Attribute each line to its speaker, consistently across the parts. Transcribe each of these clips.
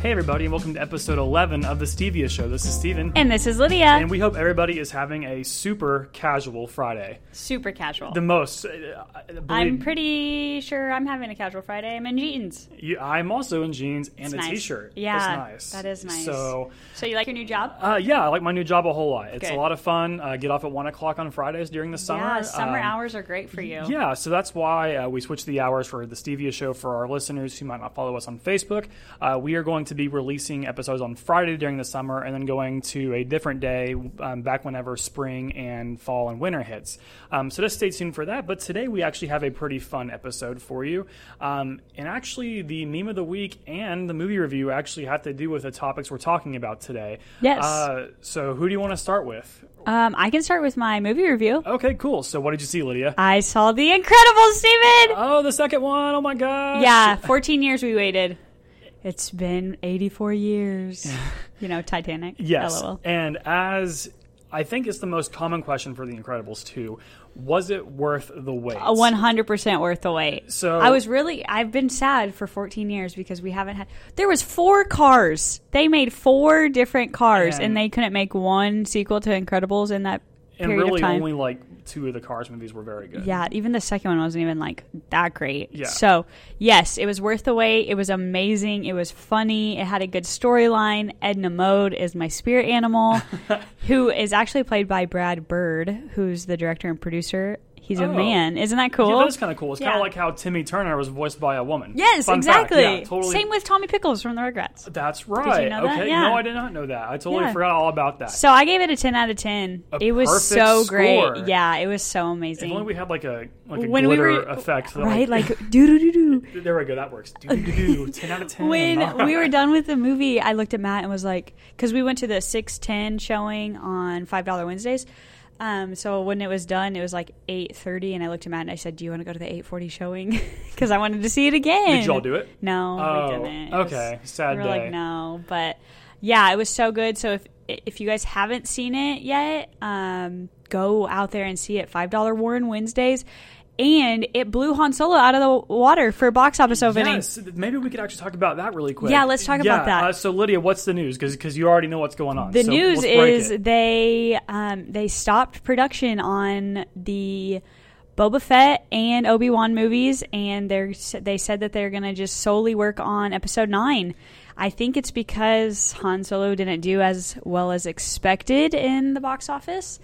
Speaker 1: Hey, everybody, and welcome to episode 11 of The Stevia Show. This is Steven.
Speaker 2: And this is Lydia.
Speaker 1: And we hope everybody is having a super casual Friday.
Speaker 2: Super casual.
Speaker 1: The most. uh, I- I
Speaker 2: I'm
Speaker 1: believe-
Speaker 2: pretty sure I'm having a casual Friday. I'm in jeans.
Speaker 1: you- I'm also in jeans and
Speaker 2: It's
Speaker 1: a
Speaker 2: nice.
Speaker 1: shirt
Speaker 2: Yeah,
Speaker 1: That's nice.
Speaker 2: that is nice.
Speaker 1: So,
Speaker 2: So you like your new job?
Speaker 1: uh, yeah, I like my new job a whole lot. It's a
Speaker 2: Good.
Speaker 1: lot of fun. Uh, get off at 1 o'clock on Fridays during the summer.
Speaker 2: yeah, summer
Speaker 1: Um,
Speaker 2: hours are great for you.
Speaker 1: Yeah, so that's why uh, we switched the hours for the Stevia show for our listeners who might not follow us on Facebook. Uh, we are going to be releasing episodes on Friday during the summer and then going to a different day um, back whenever spring and fall and winter hits. Um, so just stay tuned for that. But today we actually have a pretty fun episode for you. Um, and actually, the meme of the week and the movie review actually have to do with the topics we're talking about today.
Speaker 2: Yes.
Speaker 1: Uh, so who do you want to start with?
Speaker 2: Um, I can start with my movie review.
Speaker 1: Okay, cool. So what did you see, Lydia?
Speaker 2: I saw The Incredibles, Steven.
Speaker 1: Oh, the second one! Oh my gosh!
Speaker 2: yeah, 14 years we waited. It's been 84 years. you know, Titanic.
Speaker 1: Yes.
Speaker 2: LOL.
Speaker 1: And as I think it's the most common question for The Incredibles too, was it worth the wait?
Speaker 2: A 100% worth the wait.
Speaker 1: So-
Speaker 2: I was really, I've been sad for 14 years because we haven't had, there was four cars. They made four different cars and,
Speaker 1: And-
Speaker 2: they couldn't make one sequel to Incredibles in that
Speaker 1: and
Speaker 2: period
Speaker 1: really,
Speaker 2: of time.
Speaker 1: only like two of the Cars movies were very good.
Speaker 2: yeah, even the second one wasn't even like that great.
Speaker 1: Yeah.
Speaker 2: So, yes, it was worth the wait. It was amazing. It was funny. It had a good storyline. Edna Mode is my spirit animal, who is actually played by Brad Bird, who's the director and producer. He's a
Speaker 1: Oh.
Speaker 2: man. Isn't that
Speaker 1: Yeah,
Speaker 2: cool?
Speaker 1: that is kind of cool. It's kind
Speaker 2: Yeah.
Speaker 1: of like how Timmy Turner was voiced by a woman.
Speaker 2: Yes,
Speaker 1: Fun fact.
Speaker 2: exactly.
Speaker 1: Yeah, totally.
Speaker 2: Same with Tommy Pickles from the Rugrats.
Speaker 1: That's right.
Speaker 2: know that?
Speaker 1: okay.
Speaker 2: Yeah.
Speaker 1: No, I did not know that. I totally
Speaker 2: Yeah.
Speaker 1: forgot all about that.
Speaker 2: So I gave it a 10 out of 10.
Speaker 1: A
Speaker 2: it was
Speaker 1: perfect
Speaker 2: so
Speaker 1: score.
Speaker 2: great. Yeah, it was so
Speaker 1: if
Speaker 2: amazing.
Speaker 1: only we had like a like a
Speaker 2: When we
Speaker 1: glitter
Speaker 2: were-
Speaker 1: effect. that,
Speaker 2: right? Like, doo doo doo doo.
Speaker 1: there we go. That works. Do, do, do, ten out of ten.
Speaker 2: When we were done with the movie, I looked at Matt and was like, because we went to the 610 showing on $5 Wednesdays. Um, so when it was done, it was like 8.30, and I looked at Matt and I said, do you want to go to the 840 showing? Because I wanted to see it again.
Speaker 1: Did y'all do it?
Speaker 2: No,
Speaker 1: Oh,
Speaker 2: we didn't. It was-
Speaker 1: okay. Sad
Speaker 2: we were
Speaker 1: day.
Speaker 2: like, no, but yeah, it was so good. So if if you guys haven't seen it yet, um, go out there and see it. Five dollar Warren Wednesdays, and it blew Han Solo out of the water for box office opening.
Speaker 1: Yes, maybe we could actually talk about that really quick.
Speaker 2: Yeah, let's talk
Speaker 1: Yeah,
Speaker 2: about that.
Speaker 1: Uh, so, Lydia, what's the news? Because you already know what's going on.
Speaker 2: The
Speaker 1: so
Speaker 2: news
Speaker 1: let's break
Speaker 2: is
Speaker 1: it.
Speaker 2: they um, they stopped production on the Boba Fett and Obi Wan movies, and they're they said that they're going to just solely work on Episode Nine. I think it's because Han Solo didn't do as well as expected in the box office.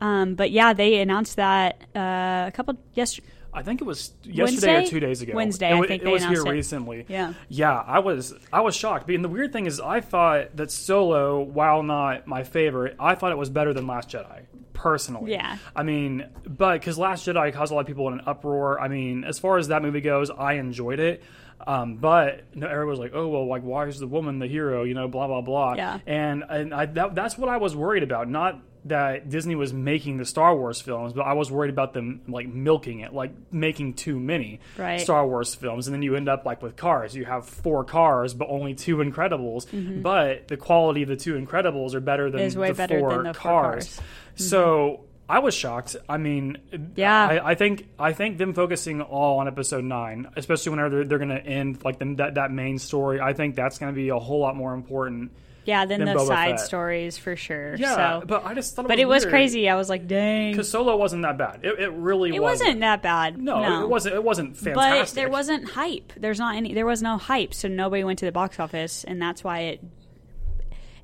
Speaker 2: Um, but yeah, they announced that uh, a couple yesterday.
Speaker 1: I think it was yesterday or
Speaker 2: Wednesday?
Speaker 1: two days ago.
Speaker 2: Wednesday,
Speaker 1: It,
Speaker 2: I
Speaker 1: wa-
Speaker 2: think
Speaker 1: it
Speaker 2: they
Speaker 1: was here
Speaker 2: announced it.
Speaker 1: recently.
Speaker 2: Yeah.
Speaker 1: yeah. I was I was shocked. And the weird thing is, I thought that Solo, while not my favorite, I thought it was better than Last Jedi personally.
Speaker 2: Yeah.
Speaker 1: I mean, but because Last Jedi caused a lot of people in an uproar. I mean, as far as that movie goes, I enjoyed it. Um, but no, everyone was like, "Oh well, like why is the woman the hero?" You know, blah blah blah.
Speaker 2: Yeah.
Speaker 1: And and I, that, that's what I was worried about. Not that Disney was making the Star Wars films, but I was worried about them like milking it, like making too many
Speaker 2: Right.
Speaker 1: Star Wars films, and then you end up like with Cars. You have four Cars, but only two Incredibles. But the quality of the two Incredibles are better than
Speaker 2: Mm-hmm. Is way
Speaker 1: the
Speaker 2: better
Speaker 1: four
Speaker 2: than the four
Speaker 1: Cars.
Speaker 2: Cars.
Speaker 1: So. I was shocked. I mean,
Speaker 2: Yeah.
Speaker 1: I, I think I think them focusing all on episode nine, especially whenever they're, they're going to end like them that that main story. I think that's going to be a whole lot more important
Speaker 2: Yeah, then
Speaker 1: Then
Speaker 2: the
Speaker 1: Boba
Speaker 2: side
Speaker 1: Fett.
Speaker 2: stories for sure.
Speaker 1: yeah,
Speaker 2: so.
Speaker 1: but I just thought it
Speaker 2: But
Speaker 1: was
Speaker 2: it was crazy. I was like, dang.
Speaker 1: Because Solo wasn't that bad. It, it really
Speaker 2: It
Speaker 1: wasn't.
Speaker 2: wasn't that bad.
Speaker 1: No, it wasn't. It wasn't fantastic.
Speaker 2: But there wasn't hype. There's not any. There was no hype, so nobody went to the box office, and that's why it.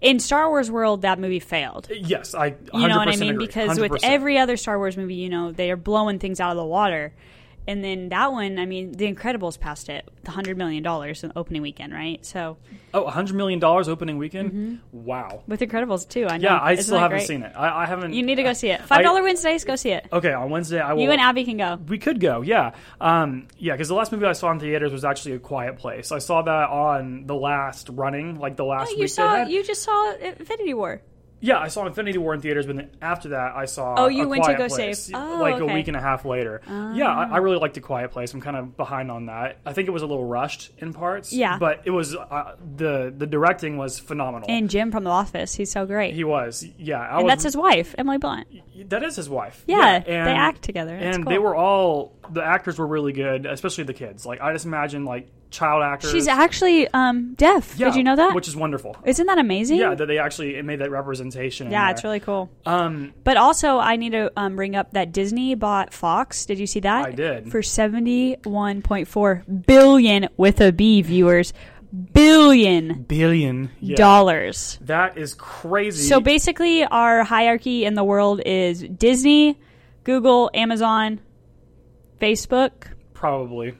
Speaker 2: In Star Wars world, that movie failed.
Speaker 1: Yes, I. 100%
Speaker 2: You know what I mean?
Speaker 1: agree.
Speaker 2: Because with
Speaker 1: 100%.
Speaker 2: every other Star Wars movie, you know they are blowing things out of the water, and then that one. I mean, The Incredibles passed it, the hundred million dollars in the opening weekend, right? So
Speaker 1: oh, 100 million dollars opening weekend. Wow.
Speaker 2: with Incredibles too, I know.
Speaker 1: Yeah, I
Speaker 2: Mm-hmm. Um, Isn't
Speaker 1: still
Speaker 2: that
Speaker 1: haven't
Speaker 2: great?
Speaker 1: seen it. I, I haven't.
Speaker 2: You need to go see it. Five dollar Wednesdays, go see it.
Speaker 1: Okay, on Wednesday I will.
Speaker 2: You and Abby can go.
Speaker 1: we could go, yeah, um, yeah. Because the last movie I saw in theaters was actually A Quiet Place. I saw that on the last running, like the last.
Speaker 2: Oh, You
Speaker 1: week they
Speaker 2: saw.
Speaker 1: had.
Speaker 2: You just saw Infinity War.
Speaker 1: Yeah, I saw Infinity War in theaters, but then after that, I saw.
Speaker 2: Oh, you
Speaker 1: A
Speaker 2: went to
Speaker 1: Quiet
Speaker 2: go
Speaker 1: Place,
Speaker 2: save- oh,
Speaker 1: like a
Speaker 2: okay. Ah.
Speaker 1: week and a half later. Yeah, I, I really liked A Quiet Place. I'm kind of behind on that. I think it was a little rushed in parts.
Speaker 2: Yeah.
Speaker 1: but it was uh, the the directing was phenomenal.
Speaker 2: And Jim from The Office, he's so great.
Speaker 1: he was, yeah. I
Speaker 2: and
Speaker 1: was,
Speaker 2: that's his wife, Emily Blunt.
Speaker 1: that is his wife.
Speaker 2: Yeah, they
Speaker 1: and-
Speaker 2: act together. That's
Speaker 1: and
Speaker 2: cool.
Speaker 1: they were all the actors were really good, especially the kids. Like I just imagine like child actors.
Speaker 2: She's actually um, deaf.
Speaker 1: Yeah,
Speaker 2: Did you know that?
Speaker 1: Which is wonderful.
Speaker 2: Isn't that amazing?
Speaker 1: Yeah, that they actually made that representation. in
Speaker 2: Yeah,
Speaker 1: there.
Speaker 2: it's really cool.
Speaker 1: Um,
Speaker 2: But also, I need to um, bring up that Disney bought Fox. Did you see that?
Speaker 1: I did.
Speaker 2: For 71.4 billion with a B viewers, billion
Speaker 1: billion
Speaker 2: dollars.
Speaker 1: That is crazy.
Speaker 2: So basically, our hierarchy in the world is Disney, Google, Amazon, Facebook,
Speaker 1: probably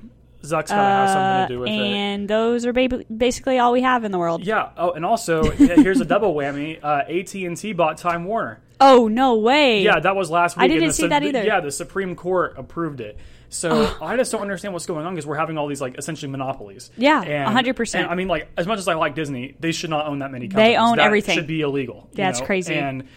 Speaker 1: Zuck's gotta have something to do with
Speaker 2: uh,
Speaker 1: it.
Speaker 2: and those are ba- basically all we have in the world.
Speaker 1: Yeah. Oh, and also yeah, here's a double whammy. Uh, AT and T bought Time Warner.
Speaker 2: Oh no way!
Speaker 1: Yeah, that was last week.
Speaker 2: I
Speaker 1: and
Speaker 2: didn't
Speaker 1: the
Speaker 2: see
Speaker 1: Sup-
Speaker 2: that either.
Speaker 1: Yeah, the Supreme Court approved it. So I just don't understand what's going on because we're having all these like essentially monopolies.
Speaker 2: Yeah,
Speaker 1: And-
Speaker 2: 100%.
Speaker 1: and, I mean, like as much as I like Disney, they should not own that many. Companies.
Speaker 2: own
Speaker 1: That
Speaker 2: everything.
Speaker 1: Should be illegal. you
Speaker 2: That's
Speaker 1: know?
Speaker 2: crazy.
Speaker 1: And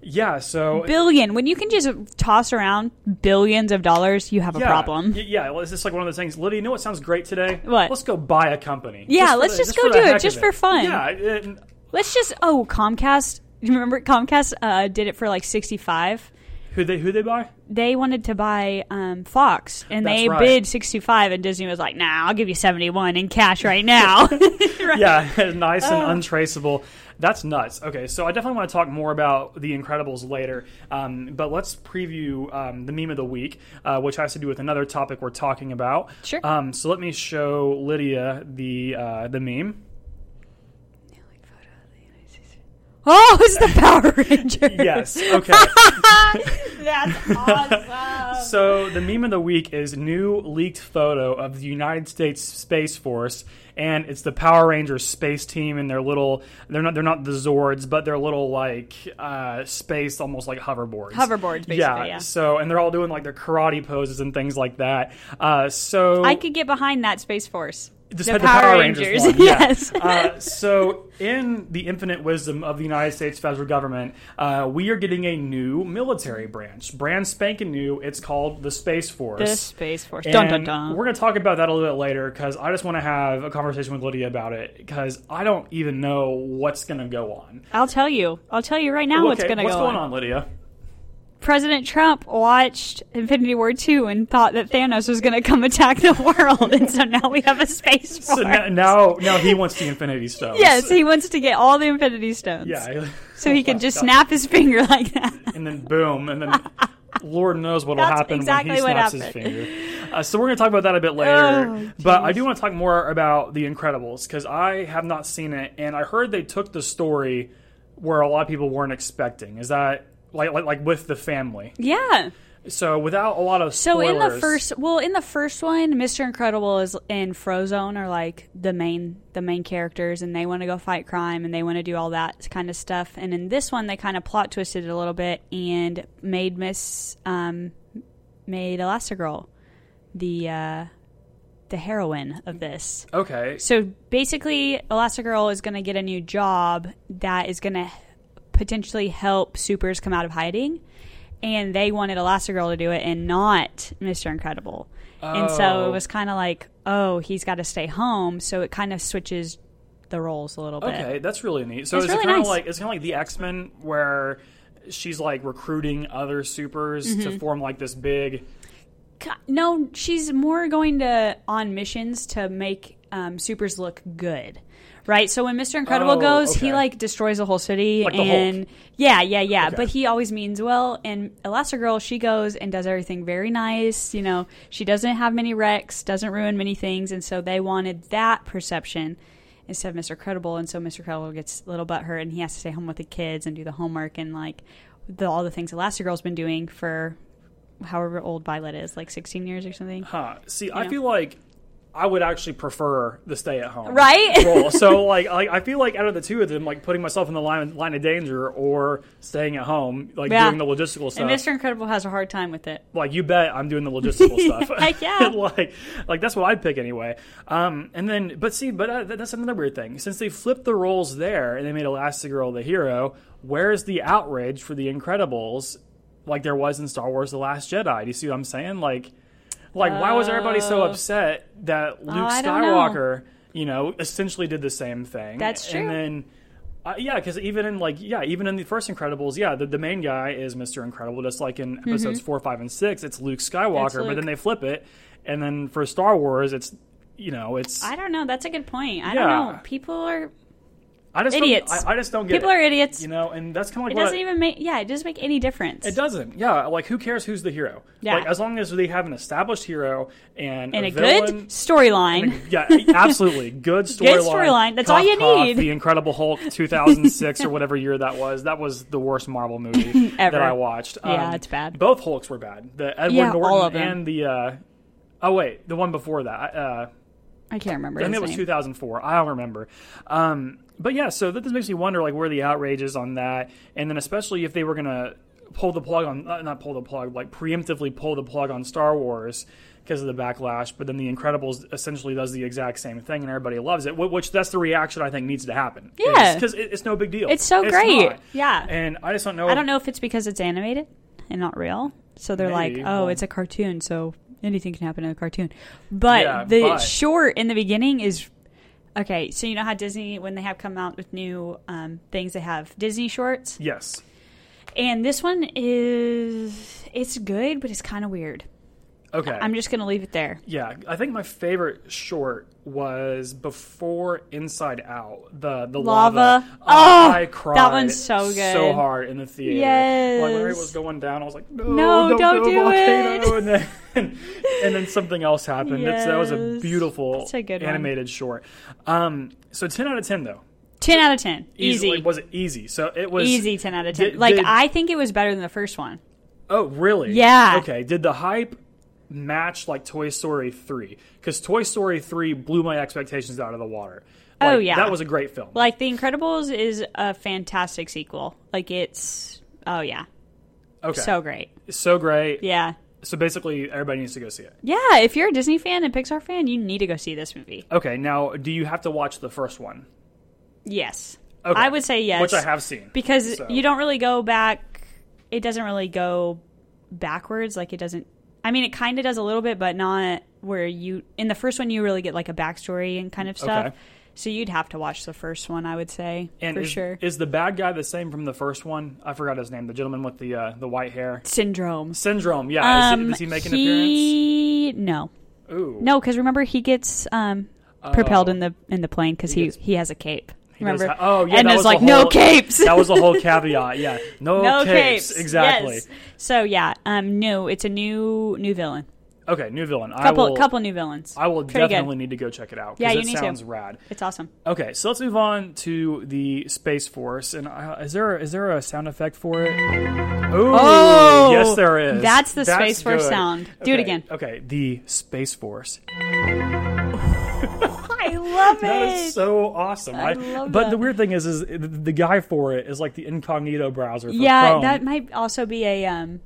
Speaker 1: yeah, so
Speaker 2: billion. When you can just toss around billions of dollars, you have
Speaker 1: yeah,
Speaker 2: a problem.
Speaker 1: y- Yeah, well, it's just like one of those things. Lydia, you know what sounds great today?
Speaker 2: What?
Speaker 1: Let's go buy a company.
Speaker 2: Yeah,
Speaker 1: for the-
Speaker 2: let's just
Speaker 1: for
Speaker 2: go
Speaker 1: the
Speaker 2: do it,
Speaker 1: heck of
Speaker 2: just for fun.
Speaker 1: Yeah. it-
Speaker 2: Let's just oh Comcast. You remember Comcast uh, did it for like sixty five.
Speaker 1: who they who they buy?
Speaker 2: They wanted to buy um, Fox, and
Speaker 1: That's
Speaker 2: they
Speaker 1: right.
Speaker 2: bid sixty five, and Disney was like, "Nah, I'll give you seventy one in cash right now."
Speaker 1: yeah, nice and untraceable. That's nuts. Okay, so I definitely want to talk more about The Incredibles later, um, but let's preview um, the meme of the week, uh, which has to do with another topic we're talking about.
Speaker 2: Sure.
Speaker 1: Um, so let me show Lydia the uh, the meme.
Speaker 2: oh, it's the Power Ranger.
Speaker 1: Yes. Okay.
Speaker 2: That's awesome.
Speaker 1: so the meme of the week is new leaked photo of the United States Space Force, and it's the Power Rangers space team and their little. They're not. They're not the Zords, but they're little like uh, space, almost like hoverboards.
Speaker 2: Hoverboards, basically, yeah.
Speaker 1: So and they're all doing like their karate poses and things like that. Uh, so
Speaker 2: I could get behind that Space Force.
Speaker 1: just had the Power, Rangers. one, yeah.
Speaker 2: yes.
Speaker 1: uh, so, in the infinite wisdom of the United States federal government, uh, we are getting a new military branch, brand spanking new. It's called the Space Force.
Speaker 2: the Space Force. Dun dun
Speaker 1: And
Speaker 2: dun.
Speaker 1: We're going to talk about that a little bit later because I just want to have a conversation with Lydia about it because I don't even know what's going to go on.
Speaker 2: I'll tell you. I'll tell you right now what's
Speaker 1: Oh, Okay,
Speaker 2: going to go
Speaker 1: what's going on, Lydia?
Speaker 2: President Trump watched Infinity War 2 and thought that Thanos was going to come attack the world, and so now we have a space force.
Speaker 1: So n- now, now he wants the Infinity Stones.
Speaker 2: yes, he wants to get all the Infinity Stones.
Speaker 1: Yeah.
Speaker 2: So he can just snap his finger like that.
Speaker 1: and then boom, and then Lord knows what'll
Speaker 2: That's
Speaker 1: happen
Speaker 2: exactly
Speaker 1: when he
Speaker 2: what
Speaker 1: snaps his
Speaker 2: happened.
Speaker 1: finger. Uh, so we're going to talk about that a bit later,
Speaker 2: Oh,
Speaker 1: but I do want to talk more about The Incredibles because I have not seen it, and I heard they took the story where a lot of people weren't expecting. Is that like like, like with the family?
Speaker 2: Yeah.
Speaker 1: So without a lot of
Speaker 2: So
Speaker 1: spoilers,
Speaker 2: in the first, well, in the first one, Mr. Incredible is and Frozone are like the main the main characters, and they want to go fight crime and they want to do all that kind of stuff. And in this one, they kind of plot twisted it a little bit and made Miss um, made Elastigirl the uh, the heroine of this.
Speaker 1: okay,
Speaker 2: So basically, Elastigirl is going to get a new job that is going to potentially help supers come out of hiding. And they wanted Elastigirl to do it and not Mr. Incredible. And so
Speaker 1: Oh.
Speaker 2: it was kind of like, oh, he's got to stay home. So it kind of switches the roles a little bit.
Speaker 1: okay, that's really neat. So
Speaker 2: It's
Speaker 1: it's
Speaker 2: really
Speaker 1: kind of
Speaker 2: nice.
Speaker 1: like it's kind of like the X Men where she's like recruiting other supers
Speaker 2: Mm-hmm.
Speaker 1: to form like this big.
Speaker 2: Ki- No, she's more going to on missions to make um, supers look good. Right, so when Mr. Incredible
Speaker 1: Oh,
Speaker 2: goes, he
Speaker 1: okay.
Speaker 2: like destroys a whole city,
Speaker 1: Like the
Speaker 2: and
Speaker 1: Hulk.
Speaker 2: yeah, yeah, yeah.
Speaker 1: Okay.
Speaker 2: But he always means well. And Elastigirl, she goes and does everything very nice. You know, she doesn't have many wrecks, doesn't ruin many things, and so they wanted that perception instead of Mr. Credible. And so Mr. Credible gets a little butthurt, and he has to stay home with the kids and do the homework and like the, all the things Elastigirl's been doing for however old Violet is, like 16 years or something.
Speaker 1: Huh. See, I
Speaker 2: know?
Speaker 1: feel like I would actually prefer the stay at home.
Speaker 2: Right?
Speaker 1: Role. So like I, I feel like out of the two of them, like putting myself in the line line of danger or staying at home, like
Speaker 2: Yeah.
Speaker 1: doing the logistical stuff.
Speaker 2: And Mr. Incredible has a hard time with it.
Speaker 1: like you bet I'm doing the logistical stuff.
Speaker 2: Heck yeah.
Speaker 1: like like that's what I'd pick anyway. Um, and then but see, but uh, that's another weird thing. Since they flipped the roles there and they made Elastigirl the hero, where's the outrage for the Incredibles like there was in Star Wars The Last Jedi? Do you see what I'm saying? Like like why was everybody so
Speaker 2: Oh.
Speaker 1: upset that Luke
Speaker 2: I don't know.
Speaker 1: Skywalker, you know, essentially did the same thing?
Speaker 2: That's true.
Speaker 1: And then Uh, yeah, because even in like yeah, even in the first Incredibles, yeah, the, the main guy is Mister Incredible, just like in episodes four, five, and six, it's Luke Skywalker.
Speaker 2: It's Mm-hmm. Luke.
Speaker 1: But then they flip it, and then for Star Wars, it's you know, it's
Speaker 2: I
Speaker 1: I,
Speaker 2: don't know. That's a good point.
Speaker 1: Yeah.
Speaker 2: I don't know. People are
Speaker 1: just
Speaker 2: idiots.
Speaker 1: Don't, I, I just don't get
Speaker 2: people
Speaker 1: it.
Speaker 2: are idiots.
Speaker 1: you know, and that's kind of
Speaker 2: it
Speaker 1: like what I-
Speaker 2: doesn't even make yeah. It doesn't make any difference.
Speaker 1: It doesn't. Yeah, like who cares who's the hero?
Speaker 2: Yeah.
Speaker 1: Like as long as they have an established hero and,
Speaker 2: And a
Speaker 1: villain,
Speaker 2: good storyline.
Speaker 1: Yeah, absolutely. Good storyline.
Speaker 2: storyline. That's all
Speaker 1: Cough,
Speaker 2: you
Speaker 1: cough,
Speaker 2: need.
Speaker 1: The Incredible Hulk 2006 or whatever year that was. That was the worst Marvel movie
Speaker 2: Ever.
Speaker 1: that I watched. Um,
Speaker 2: Yeah, it's bad.
Speaker 1: Both Hulks were bad. The Edward
Speaker 2: Yeah, all
Speaker 1: Norton
Speaker 2: of them.
Speaker 1: and the uh, Oh wait, the one before that. Uh
Speaker 2: I can't remember.
Speaker 1: I think
Speaker 2: his
Speaker 1: it was
Speaker 2: name.
Speaker 1: 2004. I don't remember. Um, but yeah, so that this makes me wonder like where the outrage is on that, and then especially if they were gonna pull the plug on uh, not pull the plug like preemptively pull the plug on Star Wars because of the backlash, but then the Incredibles essentially does the exact same thing and everybody loves it, wh- which that's the reaction I think needs to happen.
Speaker 2: Yeah.
Speaker 1: because it, it's no big deal.
Speaker 2: It's so great.
Speaker 1: not.
Speaker 2: Yeah.
Speaker 1: and I just don't know.
Speaker 2: I don't know if it's because it's animated and not real, so they're
Speaker 1: Maybe.
Speaker 2: like, oh, it's a cartoon, so anything can happen in a cartoon. But
Speaker 1: Yeah,
Speaker 2: the
Speaker 1: but-
Speaker 2: short in the beginning is okay. So you know how Disney when they have come out with new um, things, they have Disney shorts,
Speaker 1: Yes,
Speaker 2: and this one is it's good, but it's kind of weird.
Speaker 1: okay.
Speaker 2: I'm just gonna leave it there.
Speaker 1: Yeah, I think my favorite short was before Inside Out. The the
Speaker 2: Lava.
Speaker 1: lava.
Speaker 2: Oh,
Speaker 1: I cried.
Speaker 2: that one's so
Speaker 1: So
Speaker 2: good.
Speaker 1: hard in the theater.
Speaker 2: Yes.
Speaker 1: Like, whenever it was going down, I was like, no,
Speaker 2: No,
Speaker 1: don't,
Speaker 2: don't
Speaker 1: go,
Speaker 2: do
Speaker 1: volcano. And then, and then something else happened. It's- that was a
Speaker 2: Yes.
Speaker 1: beautiful
Speaker 2: That's a good one.
Speaker 1: animated short. Um, so ten out of ten though.
Speaker 2: Ten out of ten,
Speaker 1: Easily-
Speaker 2: easy,
Speaker 1: was it easy? So it was
Speaker 2: easy. Ten out of ten.
Speaker 1: Did-
Speaker 2: like
Speaker 1: did-
Speaker 2: I think it was better than the first one.
Speaker 1: Oh, really?
Speaker 2: Yeah.
Speaker 1: Okay. Did the hype match like Toy Story 3? Because Toy Story 3 blew my expectations out of the water.
Speaker 2: Oh,
Speaker 1: Like,
Speaker 2: yeah.
Speaker 1: That was a great film.
Speaker 2: Like The Incredibles is a fantastic sequel. Like it's oh yeah,
Speaker 1: okay.
Speaker 2: so great.
Speaker 1: so great.
Speaker 2: Yeah.
Speaker 1: So basically, everybody needs to go see it.
Speaker 2: Yeah, if you're a Disney fan and Pixar fan, you need to go see this movie.
Speaker 1: Okay. Now, do you have to watch the first one?
Speaker 2: Yes.
Speaker 1: Okay.
Speaker 2: I would say yes.
Speaker 1: Which I have seen.
Speaker 2: Because
Speaker 1: So-
Speaker 2: you don't really go back it doesn't really go backwards like it doesn't I mean it kind of does a little bit but not where you in the first one you really get like a backstory and kind of stuff.
Speaker 1: Okay.
Speaker 2: So you'd have to watch the first one, I would say,
Speaker 1: and
Speaker 2: for
Speaker 1: is,
Speaker 2: sure.
Speaker 1: is the bad guy the same from the first one? I forgot his name. The gentleman with the uh, the white hair.
Speaker 2: Syndromes.
Speaker 1: Syndrome. Yeah. is he-
Speaker 2: Um,
Speaker 1: does he make an
Speaker 2: he- No.
Speaker 1: appearance? Ooh.
Speaker 2: No, because remember he gets um, propelled
Speaker 1: Oh.
Speaker 2: in the in the plane because he
Speaker 1: He
Speaker 2: he,
Speaker 1: gets-
Speaker 2: has a cape.
Speaker 1: He does
Speaker 2: Remember?
Speaker 1: ha- oh, yeah.
Speaker 2: and
Speaker 1: that
Speaker 2: it's
Speaker 1: was
Speaker 2: like
Speaker 1: the
Speaker 2: no
Speaker 1: whole-
Speaker 2: capes.
Speaker 1: that was the whole caveat. Yeah. No,
Speaker 2: no capes.
Speaker 1: Exactly.
Speaker 2: Yes. So yeah, um, new. It's a new new villain.
Speaker 1: Okay, new villain.
Speaker 2: Couple
Speaker 1: I will,
Speaker 2: couple new villains.
Speaker 1: I will
Speaker 2: Pretty
Speaker 1: definitely need to go check it out. 'cause
Speaker 2: Yeah, you
Speaker 1: it
Speaker 2: need to.
Speaker 1: sounds rad.
Speaker 2: Good. It's awesome.
Speaker 1: Okay, so let's move on to the Space Force. And uh, is there is there a sound effect for it? Ooh,
Speaker 2: Oh,
Speaker 1: yes, there is.
Speaker 2: that's the Space Force
Speaker 1: good.
Speaker 2: sound. Do it
Speaker 1: Okay,
Speaker 2: again.
Speaker 1: Okay, the Space Force.
Speaker 2: I love
Speaker 1: That is so awesome.
Speaker 2: I love
Speaker 1: but
Speaker 2: that.
Speaker 1: the weird thing is, is the- the guy for it is like the incognito browser. For
Speaker 2: yeah,
Speaker 1: Chrome.
Speaker 2: that might also be a um,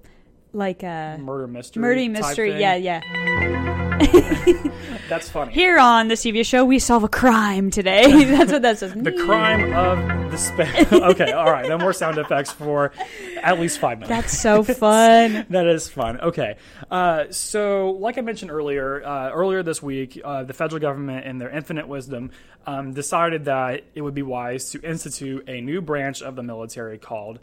Speaker 2: like a
Speaker 1: murder mystery.
Speaker 2: murder
Speaker 1: type
Speaker 2: mystery.
Speaker 1: thing.
Speaker 2: Yeah, yeah.
Speaker 1: that's funny.
Speaker 2: Here on the CVS show, we solve a crime today. That's what that says.
Speaker 1: The crime of the space. okay, all right. No more sound effects for at least five minutes.
Speaker 2: That's so fun.
Speaker 1: that is fun. Okay. Uh, so, like I mentioned earlier, uh, earlier this week, uh, the federal government, in their infinite wisdom, um, decided that it would be wise to institute a new branch of the military called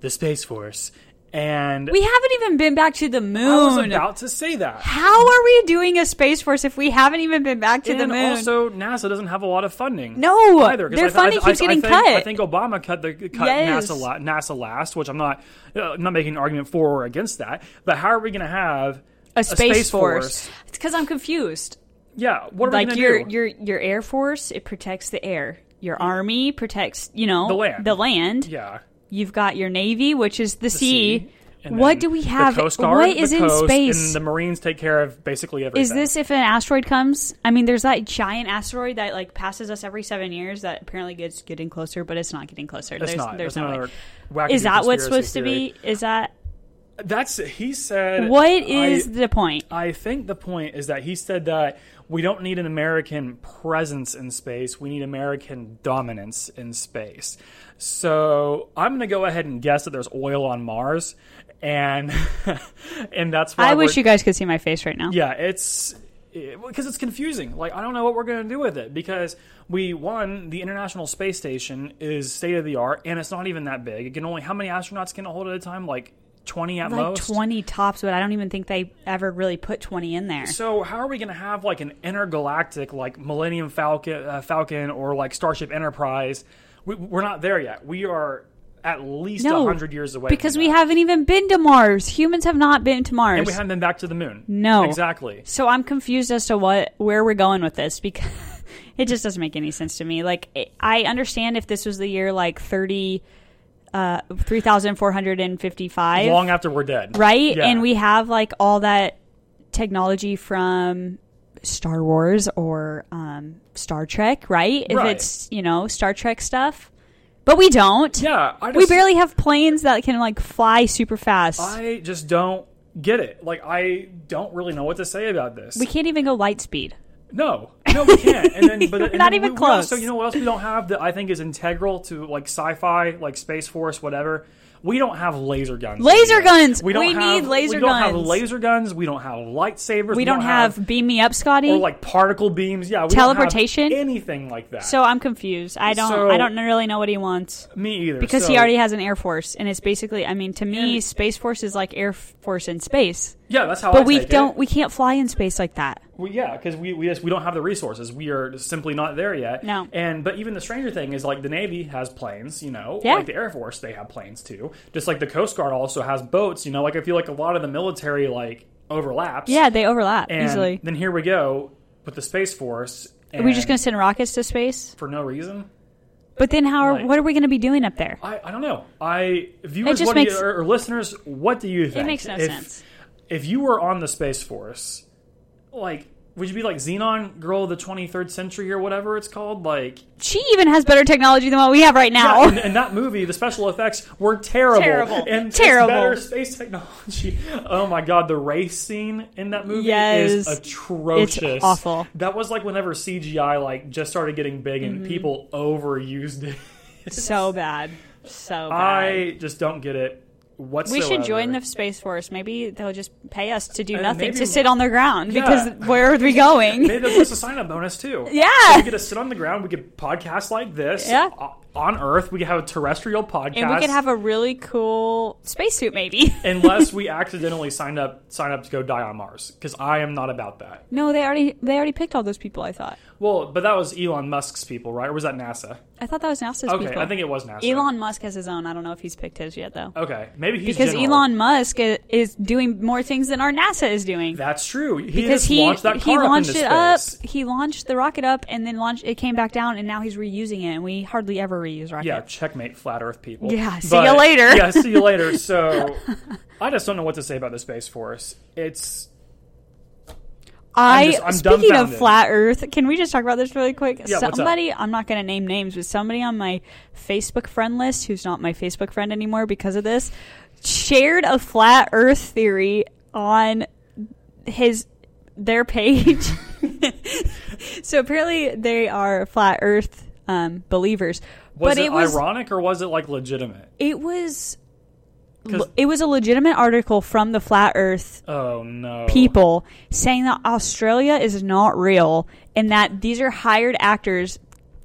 Speaker 1: the Space Force. And
Speaker 2: We haven't even been back to the
Speaker 1: I was
Speaker 2: moon.
Speaker 1: about to say that.
Speaker 2: How are we doing a space force if we haven't even been back to the
Speaker 1: and
Speaker 2: moon?
Speaker 1: also, NASA doesn't have a lot of funding.
Speaker 2: No,
Speaker 1: either 'cause
Speaker 2: their
Speaker 1: I th-
Speaker 2: funding
Speaker 1: I th-
Speaker 2: keeps getting
Speaker 1: I think,
Speaker 2: cut.
Speaker 1: I think Obama cut the cut
Speaker 2: Yes.
Speaker 1: NASA, la- NASA last, which I'm not uh, I'm not making an argument for or against that. But how are we going to have
Speaker 2: a space, force. It's because I'm confused.
Speaker 1: Yeah, what are
Speaker 2: Like
Speaker 1: we
Speaker 2: your
Speaker 1: going to do?
Speaker 2: your your air force, it protects the air. Your army protects, you know,
Speaker 1: The land.
Speaker 2: The land.
Speaker 1: yeah,
Speaker 2: You've got your navy, which is the, sea.
Speaker 1: And
Speaker 2: What
Speaker 1: then
Speaker 2: do we have?
Speaker 1: The Coast Guard,
Speaker 2: what is
Speaker 1: the
Speaker 2: in
Speaker 1: coast,
Speaker 2: space?
Speaker 1: And the Marines take care of basically everything.
Speaker 2: is this if an asteroid comes? I mean, there's that giant asteroid that like passes us every seven years. That apparently gets getting closer, but it's not getting closer.
Speaker 1: That's
Speaker 2: there's
Speaker 1: not.
Speaker 2: there's
Speaker 1: that's
Speaker 2: no way.
Speaker 1: another wacky
Speaker 2: Is that what's
Speaker 1: conspiracy
Speaker 2: supposed
Speaker 1: theory.
Speaker 2: to be? Is that
Speaker 1: That's he said.
Speaker 2: What
Speaker 1: I-
Speaker 2: is the point?
Speaker 1: I think the point is that he said that we don't need an American presence in space. We need American dominance in space. So I'm going to go ahead and guess that there's oil on Mars, and and that's why
Speaker 2: I
Speaker 1: we're-
Speaker 2: wish you guys could see my face right now.
Speaker 1: Yeah, it's because it's confusing. Like I don't know what we're going to do with it because we one the International Space Station is state of the art and it's not even that big. It can only how many astronauts can it hold at a time? Like twenty at
Speaker 2: like
Speaker 1: most.
Speaker 2: 20 tops, but I don't even think they ever really put 20 in there.
Speaker 1: So how are we going to have like an intergalactic like Millennium Falcon, uh, Falcon or like Starship Enterprise? We, we're not there yet. We are at least a
Speaker 2: No,
Speaker 1: hundred years away from
Speaker 2: because
Speaker 1: that.
Speaker 2: we haven't even been to Mars. Humans have not been to Mars.
Speaker 1: and we haven't been back to the moon.
Speaker 2: No.
Speaker 1: exactly.
Speaker 2: So I'm confused as to what where we're going with this because it just doesn't make any sense to me. Like it, I understand if this was the year like 30 uh 3455
Speaker 1: Long after we're dead,
Speaker 2: right?
Speaker 1: Yeah.
Speaker 2: And we have like all that technology from Star Wars or um Star Trek, right? If
Speaker 1: Right.
Speaker 2: it's, you know, Star Trek stuff. But we don't.
Speaker 1: yeah, I just,
Speaker 2: we barely have planes that can like fly super fast.
Speaker 1: I just don't get it. Like I don't really know what to say about this.
Speaker 2: we can't even go light speed.
Speaker 1: No, no, we can't. And then, but and
Speaker 2: Not
Speaker 1: then
Speaker 2: even
Speaker 1: we,
Speaker 2: close.
Speaker 1: So you know what else we don't have that I think is integral to like sci-fi, like Space Force, whatever. We don't have laser guns.
Speaker 2: Laser
Speaker 1: anymore.
Speaker 2: guns!
Speaker 1: We don't
Speaker 2: We
Speaker 1: have,
Speaker 2: need laser
Speaker 1: We don't have
Speaker 2: guns.
Speaker 1: laser guns. We don't have lightsabers. We,
Speaker 2: We, don't, have, beam me up, Scotty.
Speaker 1: or like particle beams. Yeah, we
Speaker 2: Teleportation?
Speaker 1: Don't have anything like that.
Speaker 2: so I'm confused. I don't
Speaker 1: So-
Speaker 2: I don't really know what he wants
Speaker 1: me either
Speaker 2: because he
Speaker 1: So-
Speaker 2: already has an air force and it's basically I mean to me
Speaker 1: And-
Speaker 2: space force is like air force in space.
Speaker 1: Yeah, that's how. I
Speaker 2: But we
Speaker 1: take it.
Speaker 2: don't we can't fly in space like that.
Speaker 1: Well, yeah, because we, we just we don't have the resources. We are simply not there yet.
Speaker 2: No.
Speaker 1: And but even the stranger thing is like the Navy has planes, you know.
Speaker 2: Yeah.
Speaker 1: Like the Air Force, they have planes too. Just like the Coast Guard also has boats, you know. Like I feel like a lot of the military like overlaps.
Speaker 2: Yeah, they overlap
Speaker 1: And
Speaker 2: easily.
Speaker 1: Then here we go with the Space Force.
Speaker 2: Are we just
Speaker 1: and
Speaker 2: going to send rockets to space?
Speaker 1: for no reason?
Speaker 2: But then how are
Speaker 1: Like-
Speaker 2: what are we going to be doing up there?
Speaker 1: I, I don't know. I viewers
Speaker 2: just
Speaker 1: what do you-
Speaker 2: makes-
Speaker 1: or, or listeners, what do you think?
Speaker 2: makes no
Speaker 1: If-
Speaker 2: sense.
Speaker 1: If you were on the space force, like would you be like Xenon Girl of the 23rd Century or whatever it's called? Like
Speaker 2: She even has better technology than what we have right now.
Speaker 1: Yeah, in, in that movie, the special effects were terrible.
Speaker 2: Terrible.
Speaker 1: And it's
Speaker 2: Terrible.
Speaker 1: better space technology. Oh my god, the race scene in that movie is
Speaker 2: Yes.
Speaker 1: atrocious.
Speaker 2: It's awful. Mm-hmm.
Speaker 1: That was like whenever CGI like just started getting big and people overused it.
Speaker 2: so bad. So bad.
Speaker 1: I just don't get it
Speaker 2: we
Speaker 1: whatsoever.
Speaker 2: should join the space force. Maybe they'll just pay us to do
Speaker 1: Uh,
Speaker 2: nothing,
Speaker 1: maybe-
Speaker 2: to sit on the ground
Speaker 1: Yeah.
Speaker 2: because where are we going?
Speaker 1: Maybe they'll give us a sign up bonus too.
Speaker 2: Yeah.
Speaker 1: we get to sit on the ground. We could podcast like this.
Speaker 2: Yeah.
Speaker 1: o- On Earth, we could have a terrestrial podcast.
Speaker 2: And we could have a really cool spacesuit, maybe.
Speaker 1: unless we accidentally signed up sign up to go die on Mars because I am not about that.
Speaker 2: no, they already they already picked all those people. I thought.
Speaker 1: Well, but that was Elon Musk's people, right? Or was that NASA?
Speaker 2: I thought that was NASA's
Speaker 1: Okay,
Speaker 2: people.
Speaker 1: I think it was NASA.
Speaker 2: Elon Musk has his own. I don't know if he's picked his yet though.
Speaker 1: Okay, maybe he's
Speaker 2: because
Speaker 1: general.
Speaker 2: Elon Musk i- is doing more things than our NASA is doing.
Speaker 1: That's true. He
Speaker 2: because
Speaker 1: just
Speaker 2: he
Speaker 1: launched that
Speaker 2: he
Speaker 1: car
Speaker 2: launched
Speaker 1: up
Speaker 2: it
Speaker 1: into
Speaker 2: up,
Speaker 1: space.
Speaker 2: he launched the rocket up, and then launched it came back down, and now he's reusing it. And we hardly ever reuse rockets.
Speaker 1: Yeah, checkmate, flat Earth people.
Speaker 2: Yeah, see ya later.
Speaker 1: yeah, see you later. So, I just don't know what to say about the space force. It's
Speaker 2: I
Speaker 1: I'm just- I'm
Speaker 2: speaking of
Speaker 1: dumbfounded.
Speaker 2: flat Earth, can we just talk about this really quick?
Speaker 1: Yeah, what's up?
Speaker 2: somebody, I'm not going to name names, but somebody on my Facebook friend list who's not my Facebook friend anymore because of this shared a flat Earth theory on his their page. so apparently they are flat Earth um, believers,
Speaker 1: was
Speaker 2: but
Speaker 1: it,
Speaker 2: it was
Speaker 1: ironic or was it like legitimate?
Speaker 2: it was
Speaker 1: 'Cause-
Speaker 2: it was a legitimate article from the flat Earth
Speaker 1: Oh no,
Speaker 2: people saying that Australia is not real and that these are hired actors.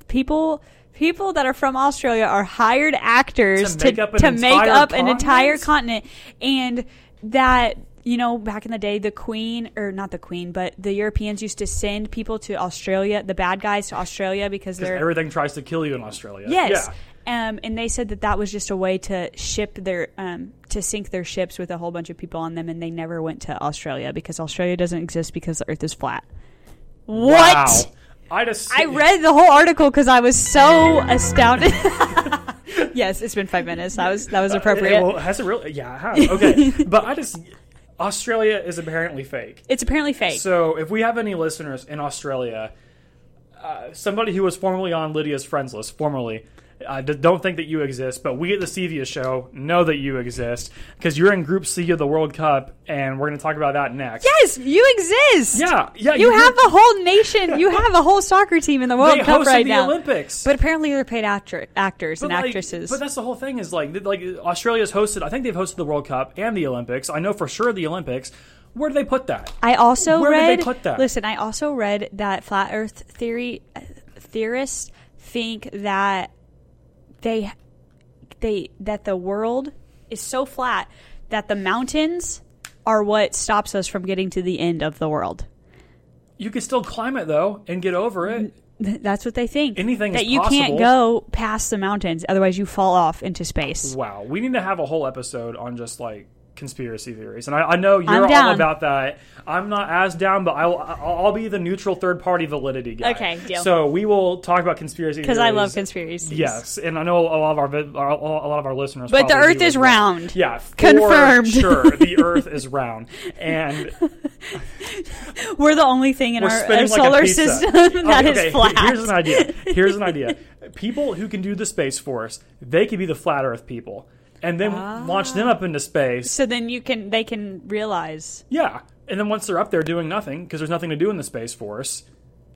Speaker 2: People people that are from Australia are hired actors
Speaker 1: To make up an
Speaker 2: to make
Speaker 1: entire
Speaker 2: up an
Speaker 1: continent?
Speaker 2: entire continent and that you know back in the day the queen or not the queen but the Europeans used to send people to Australia the bad guys to Australia because they're
Speaker 1: Everything tries to kill you in Australia.
Speaker 2: Yes.
Speaker 1: Yeah.
Speaker 2: Um, and they said that that was just a way to ship their um, to sink their ships with a whole bunch of people on them, and they never went to Australia because Australia doesn't exist because the Earth is flat. What?
Speaker 1: Wow. I just
Speaker 2: I read the whole article because I was so astounded. yes, it's been five minutes. That was that was appropriate.
Speaker 1: Yeah, Uh, well, has it really? Yeah, it has. Okay, but I just Australia is apparently fake.
Speaker 2: it's apparently fake.
Speaker 1: So if we have any listeners in Australia, uh, somebody who was formerly on Lydia's friends list, formerly. I d- don't think that you exist, but we at the Stevia show know that you exist because you're in Group C of the World Cup, and we're going to talk about that next.
Speaker 2: yes, you exist.
Speaker 1: yeah, yeah.
Speaker 2: You
Speaker 1: did.
Speaker 2: have a whole nation. You have a whole soccer team in the World
Speaker 1: they
Speaker 2: Cup
Speaker 1: hosted
Speaker 2: right
Speaker 1: the
Speaker 2: now.
Speaker 1: Olympics,
Speaker 2: But apparently, they're paid actor- actors and
Speaker 1: But, like,
Speaker 2: actresses.
Speaker 1: But that's the whole thing is like th- like Australia's hosted. I think they've hosted the World Cup and the Olympics. I know for sure the Olympics. Where do they put that?
Speaker 2: I also
Speaker 1: Where did they
Speaker 2: read.
Speaker 1: put that?
Speaker 2: Listen, I also read that flat Earth theory theorists think that they they that the world is so flat that the mountains are what stops us from getting to the end of the world.
Speaker 1: You could still climb it though and get over it.
Speaker 2: Mm. That's what they think.
Speaker 1: Anything is
Speaker 2: that you
Speaker 1: possible.
Speaker 2: can't go past the mountains, otherwise you fall off into space.
Speaker 1: Wow, we need to have a whole episode on just like conspiracy theories, and I, I know
Speaker 2: I'm
Speaker 1: you're all
Speaker 2: down.
Speaker 1: about that. I'm not as down, but I'll I'll I'll be the neutral third party validity guy.
Speaker 2: Okay, deal.
Speaker 1: So we will talk about conspiracy
Speaker 2: Because I
Speaker 1: theories.
Speaker 2: love conspiracies.
Speaker 1: Yes, and I know a lot of our vid- our- a lot of our listeners.
Speaker 2: But the
Speaker 1: probably
Speaker 2: Earth
Speaker 1: do
Speaker 2: is
Speaker 1: as well.
Speaker 2: round.
Speaker 1: Yeah, for
Speaker 2: Confirmed.
Speaker 1: Sure, the Earth is round, and
Speaker 2: we're the only thing in
Speaker 1: we're
Speaker 2: our, our
Speaker 1: spinning like a
Speaker 2: solar
Speaker 1: pizza.
Speaker 2: system
Speaker 1: Okay,
Speaker 2: that is
Speaker 1: okay,
Speaker 2: flat.
Speaker 1: Here's an idea. Here's an idea. People who can do the space force, they could be the flat Earth people, and then launch them up into space.
Speaker 2: So then you can they can realize
Speaker 1: Yeah. And then once they're up there doing nothing, because there's nothing to do in the Space Force,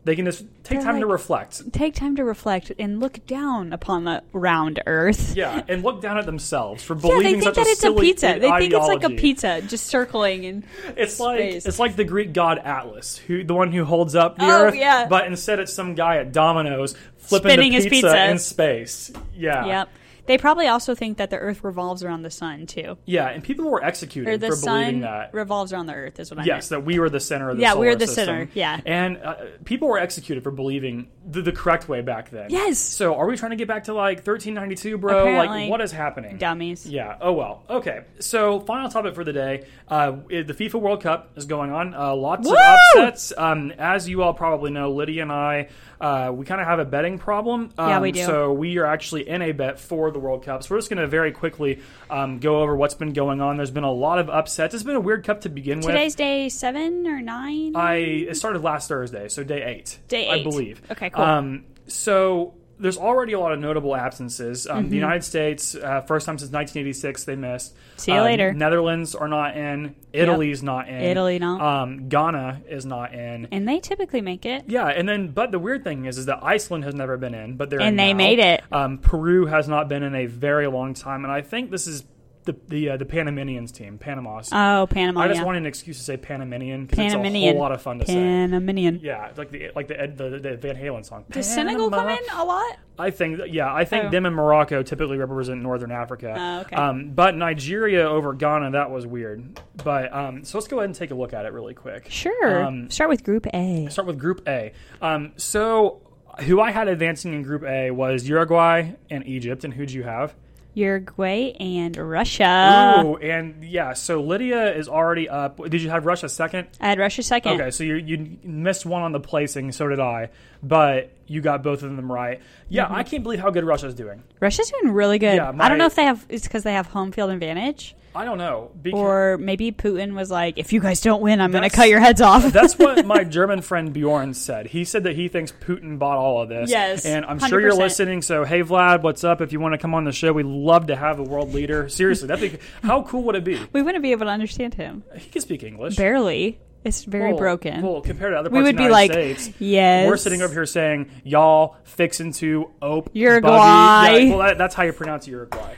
Speaker 1: they can just take
Speaker 2: They're
Speaker 1: time to
Speaker 2: like-
Speaker 1: reflect.
Speaker 2: take time to reflect and look down upon the round earth.
Speaker 1: Yeah, and look down at themselves for
Speaker 2: Yeah,
Speaker 1: believing
Speaker 2: they think
Speaker 1: such
Speaker 2: that
Speaker 1: a
Speaker 2: it's a
Speaker 1: silly
Speaker 2: pizza. They think it's like a
Speaker 1: ideology.
Speaker 2: pizza just circling and
Speaker 1: It's like
Speaker 2: space.
Speaker 1: it's like the Greek god Atlas, who the one who holds up the
Speaker 2: Oh,
Speaker 1: earth,
Speaker 2: yeah.
Speaker 1: but instead it's some guy at Domino's flipping
Speaker 2: Spinning
Speaker 1: the
Speaker 2: his
Speaker 1: pizza,
Speaker 2: pizza.
Speaker 1: in space. Yeah.
Speaker 2: yep. They probably also think that the earth revolves around the sun too.
Speaker 1: Yeah, and people were executed
Speaker 2: Or the
Speaker 1: for believing
Speaker 2: sun
Speaker 1: that.
Speaker 2: revolves around the earth is what I
Speaker 1: Yes, that we were the center of the
Speaker 2: Yeah,
Speaker 1: solar
Speaker 2: we were the
Speaker 1: system.
Speaker 2: center, yeah.
Speaker 1: and uh, people were executed for believing the, the correct way back then.
Speaker 2: Yes.
Speaker 1: So are we trying to get back to like 1392, bro?
Speaker 2: Apparently.
Speaker 1: Like what is happening?
Speaker 2: meant. Dummies.
Speaker 1: Yeah. Oh well. Okay. So final topic for the day: uh, i- the FIFA World Cup is going on. Uh, lots
Speaker 2: Woo!
Speaker 1: of upsets. Um, as you all probably know, Lydia and I, uh, we kind of have a betting problem. Um,
Speaker 2: Yeah, we do.
Speaker 1: So we are actually in a bet for the World Cup. So we're just going to very quickly um, go over what's been going on. There's been a lot of upsets. It's been a weird cup to begin with.
Speaker 2: Today's day seven or nine?
Speaker 1: I it started last Thursday, so day eight.
Speaker 2: Day
Speaker 1: I
Speaker 2: eight.
Speaker 1: believe.
Speaker 2: Okay, cool.
Speaker 1: Um, so there's already a lot of notable absences. Um,
Speaker 2: Mm-hmm.
Speaker 1: The United States, uh, first time since 1986, they missed.
Speaker 2: See you
Speaker 1: Um,
Speaker 2: later.
Speaker 1: Netherlands are not in. Italy's not in.
Speaker 2: Italy not.
Speaker 1: Um, Ghana is not in.
Speaker 2: and they typically make it.
Speaker 1: Yeah, and then but the weird thing is is that Iceland has never been in, but they're
Speaker 2: And
Speaker 1: in
Speaker 2: they
Speaker 1: now.
Speaker 2: made it.
Speaker 1: Um, Peru has not been in a very long time, and I think this is the the uh, the Panamanians team, Panama's.
Speaker 2: Oh, Panama.
Speaker 1: I just
Speaker 2: yeah.
Speaker 1: wanted an excuse to say Panamanian because it's a
Speaker 2: Panamanian.
Speaker 1: whole lot of fun to say.
Speaker 2: Panamanian.
Speaker 1: Yeah, it's like the like the Ed, the, the Van Halen song.
Speaker 2: Does Senegal come
Speaker 1: Panama.
Speaker 2: in a lot?
Speaker 1: I think yeah, I think
Speaker 2: Oh.
Speaker 1: them and Morocco typically represent Northern Africa.
Speaker 2: Oh, okay.
Speaker 1: Um, but Nigeria over Ghana, that was weird. But um, so let's go ahead and take a look at it really quick.
Speaker 2: Sure.
Speaker 1: Um,
Speaker 2: Start with Group A.
Speaker 1: Start with Group A. Um, so who I had advancing in Group A was Uruguay and Egypt, and who'd you have?
Speaker 2: Uruguay and Russia.
Speaker 1: Ooh, and yeah, so Lydia is already up. Did you have Russia second?
Speaker 2: I had Russia second.
Speaker 1: Okay, so you you missed one on the placing, so did I, but you got both of them right. Yeah,
Speaker 2: Mm-hmm.
Speaker 1: I can't believe how good Russia's doing.
Speaker 2: Russia's doing really good.
Speaker 1: Yeah,
Speaker 2: I
Speaker 1: my-
Speaker 2: don't know if they have it's because they have home field advantage,
Speaker 1: I don't know. Because
Speaker 2: or maybe Putin was like, "If you guys don't win, I'm going to
Speaker 1: That's-
Speaker 2: cut your heads off."
Speaker 1: that's what my German friend Bjorn said. He said that he thinks Putin bought all of this.
Speaker 2: Yes,
Speaker 1: And I'm sure you're
Speaker 2: 100%.
Speaker 1: listening, so hey Vlad, what's up? If you want to come on the show, we'd love to have a world leader. Seriously, that'd be how cool would it be?
Speaker 2: we wouldn't be able to understand him
Speaker 1: He can speak English.
Speaker 2: barely. It's very
Speaker 1: Well-
Speaker 2: broken.
Speaker 1: Well, compared to other parts
Speaker 2: we would
Speaker 1: of the
Speaker 2: be like,
Speaker 1: United States,
Speaker 2: "Yes."
Speaker 1: We're sitting over here saying, y'all fixing to ope
Speaker 2: Uruguay.
Speaker 1: buggy." Yeah, well, that, that's how you pronounce Uruguay.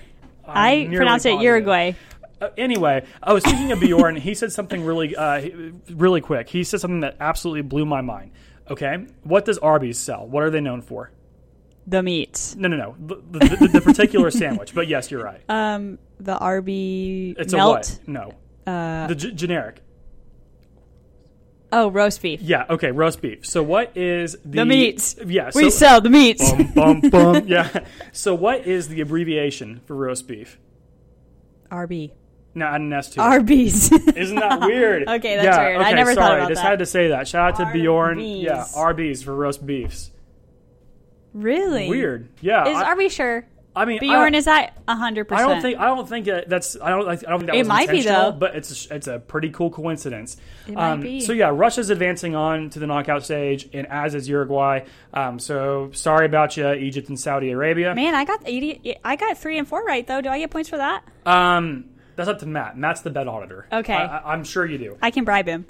Speaker 1: I'm
Speaker 2: I
Speaker 1: nearly
Speaker 2: pronounce it
Speaker 1: positive.
Speaker 2: Uruguay.
Speaker 1: Uh, anyway, oh, speaking of Bjorn, he said something really, uh, he- really quick. He said something that absolutely blew my mind. Okay, what does Arby's sell? What are they known for?
Speaker 2: The meats.
Speaker 1: No, no, no. The, the, the, the particular sandwich. But yes, you're right.
Speaker 2: Um, the RB
Speaker 1: It's a
Speaker 2: melt. Uh,
Speaker 1: what? No. the g- generic.
Speaker 2: Oh, roast beef.
Speaker 1: Yeah. Okay. Roast beef. So what is the,
Speaker 2: The meats.
Speaker 1: Yeah.
Speaker 2: we
Speaker 1: so- um,
Speaker 2: sell the meats.
Speaker 1: bum, bum, bum. Yeah. So, what is the abbreviation for roast beef?
Speaker 2: RB.
Speaker 1: No, I didn't ask too.
Speaker 2: RBs.
Speaker 1: Isn't that weird?
Speaker 2: Okay, that's
Speaker 1: yeah,
Speaker 2: weird. I
Speaker 1: Okay,
Speaker 2: never thought
Speaker 1: sorry,
Speaker 2: about
Speaker 1: just
Speaker 2: that.
Speaker 1: had to say that. Shout out to Bjorn.
Speaker 2: RBs.
Speaker 1: Yeah, RBs for roast beefs.
Speaker 2: really
Speaker 1: Weird. Yeah.
Speaker 2: Is
Speaker 1: I,
Speaker 2: RB sure?
Speaker 1: I mean,
Speaker 2: Bjorn
Speaker 1: I,
Speaker 2: is at hundred
Speaker 1: I
Speaker 2: percent.
Speaker 1: don't think I don't think it, that's I don't I don't think that
Speaker 2: It
Speaker 1: was
Speaker 2: might be,
Speaker 1: intentional,
Speaker 2: though.
Speaker 1: but it's a, it's a pretty cool coincidence. Um,
Speaker 2: It might be.
Speaker 1: So yeah, Russia's advancing on to the knockout stage, and as is Uruguay. Um, so sorry about you, Egypt and Saudi Arabia.
Speaker 2: Man, I got eighty. I got three and four right though. Do I get points for that?
Speaker 1: Um, that's up to Matt. Matt's the bet auditor.
Speaker 2: Okay.
Speaker 1: I, I, I'm sure you do.
Speaker 2: I can bribe him.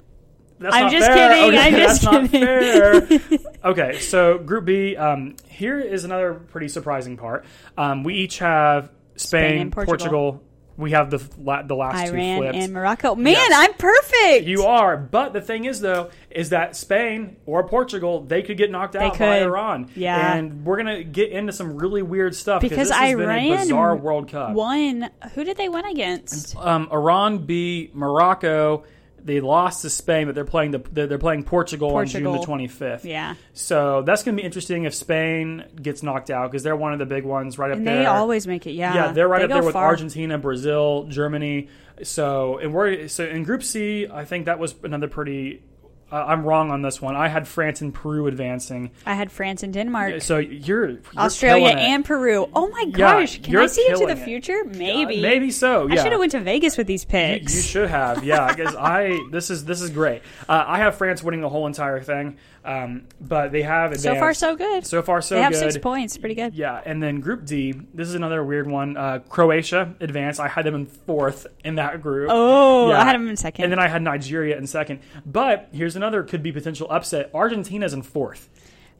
Speaker 1: That's
Speaker 2: I'm
Speaker 1: not
Speaker 2: just
Speaker 1: fair. Okay,
Speaker 2: kidding. I'm just
Speaker 1: that's
Speaker 2: kidding.
Speaker 1: Not fair. okay, so Group B. Um, here is another pretty surprising part. Um, we each have Spain,
Speaker 2: and Portugal.
Speaker 1: Portugal. We have the f- la- the last
Speaker 2: Iran
Speaker 1: two flipped.
Speaker 2: and Morocco. Man,
Speaker 1: Yes.
Speaker 2: I'm perfect.
Speaker 1: You are, but the thing is, though, is that Spain or Portugal they could get knocked out by
Speaker 2: could.
Speaker 1: Iran.
Speaker 2: Yeah.
Speaker 1: and we're gonna get into some really weird stuff
Speaker 2: because
Speaker 1: this has been a
Speaker 2: Iran
Speaker 1: bizarre World Cup.
Speaker 2: won. Who did they win against?
Speaker 1: Um, Iran beat Morocco. They lost to Spain, but they're playing the they're they're playing Portugal, on June
Speaker 2: Portugal.
Speaker 1: the twenty fifth.
Speaker 2: Yeah,
Speaker 1: So that's going to be interesting if Spain gets knocked out because they're one of the big ones right up
Speaker 2: and
Speaker 1: there.
Speaker 2: they always make it. Yeah,
Speaker 1: Yeah, they're right
Speaker 2: They
Speaker 1: up there
Speaker 2: go
Speaker 1: with
Speaker 2: far.
Speaker 1: Argentina, Brazil, Germany. So and we're so in Group C. I think that was another pretty. Uh, I'm wrong on this one. I had France and Peru advancing.
Speaker 2: I had France and Denmark,
Speaker 1: So you're, you're
Speaker 2: Australia,
Speaker 1: killing it.
Speaker 2: and Peru. Oh my
Speaker 1: Yeah,
Speaker 2: gosh! Can
Speaker 1: you're
Speaker 2: I see into the
Speaker 1: killing it.
Speaker 2: future? Maybe.
Speaker 1: Uh, maybe so.
Speaker 2: I
Speaker 1: Yeah,
Speaker 2: should have went to Vegas with these
Speaker 1: You, you
Speaker 2: picks.
Speaker 1: should have, yeah. Because I this is this is great. Uh, I have France winning the whole entire thing, um, but they have advanced.
Speaker 2: so far, so good.
Speaker 1: so far so
Speaker 2: they have
Speaker 1: good.
Speaker 2: six points. Pretty good.
Speaker 1: Yeah, and then Group D. This is another weird one. Uh, Croatia advanced. I had them in fourth in that group.
Speaker 2: Oh,
Speaker 1: Yeah.
Speaker 2: I had them in second.
Speaker 1: And then I had Nigeria in second. But here's another could be potential upset. Argentina's in fourth.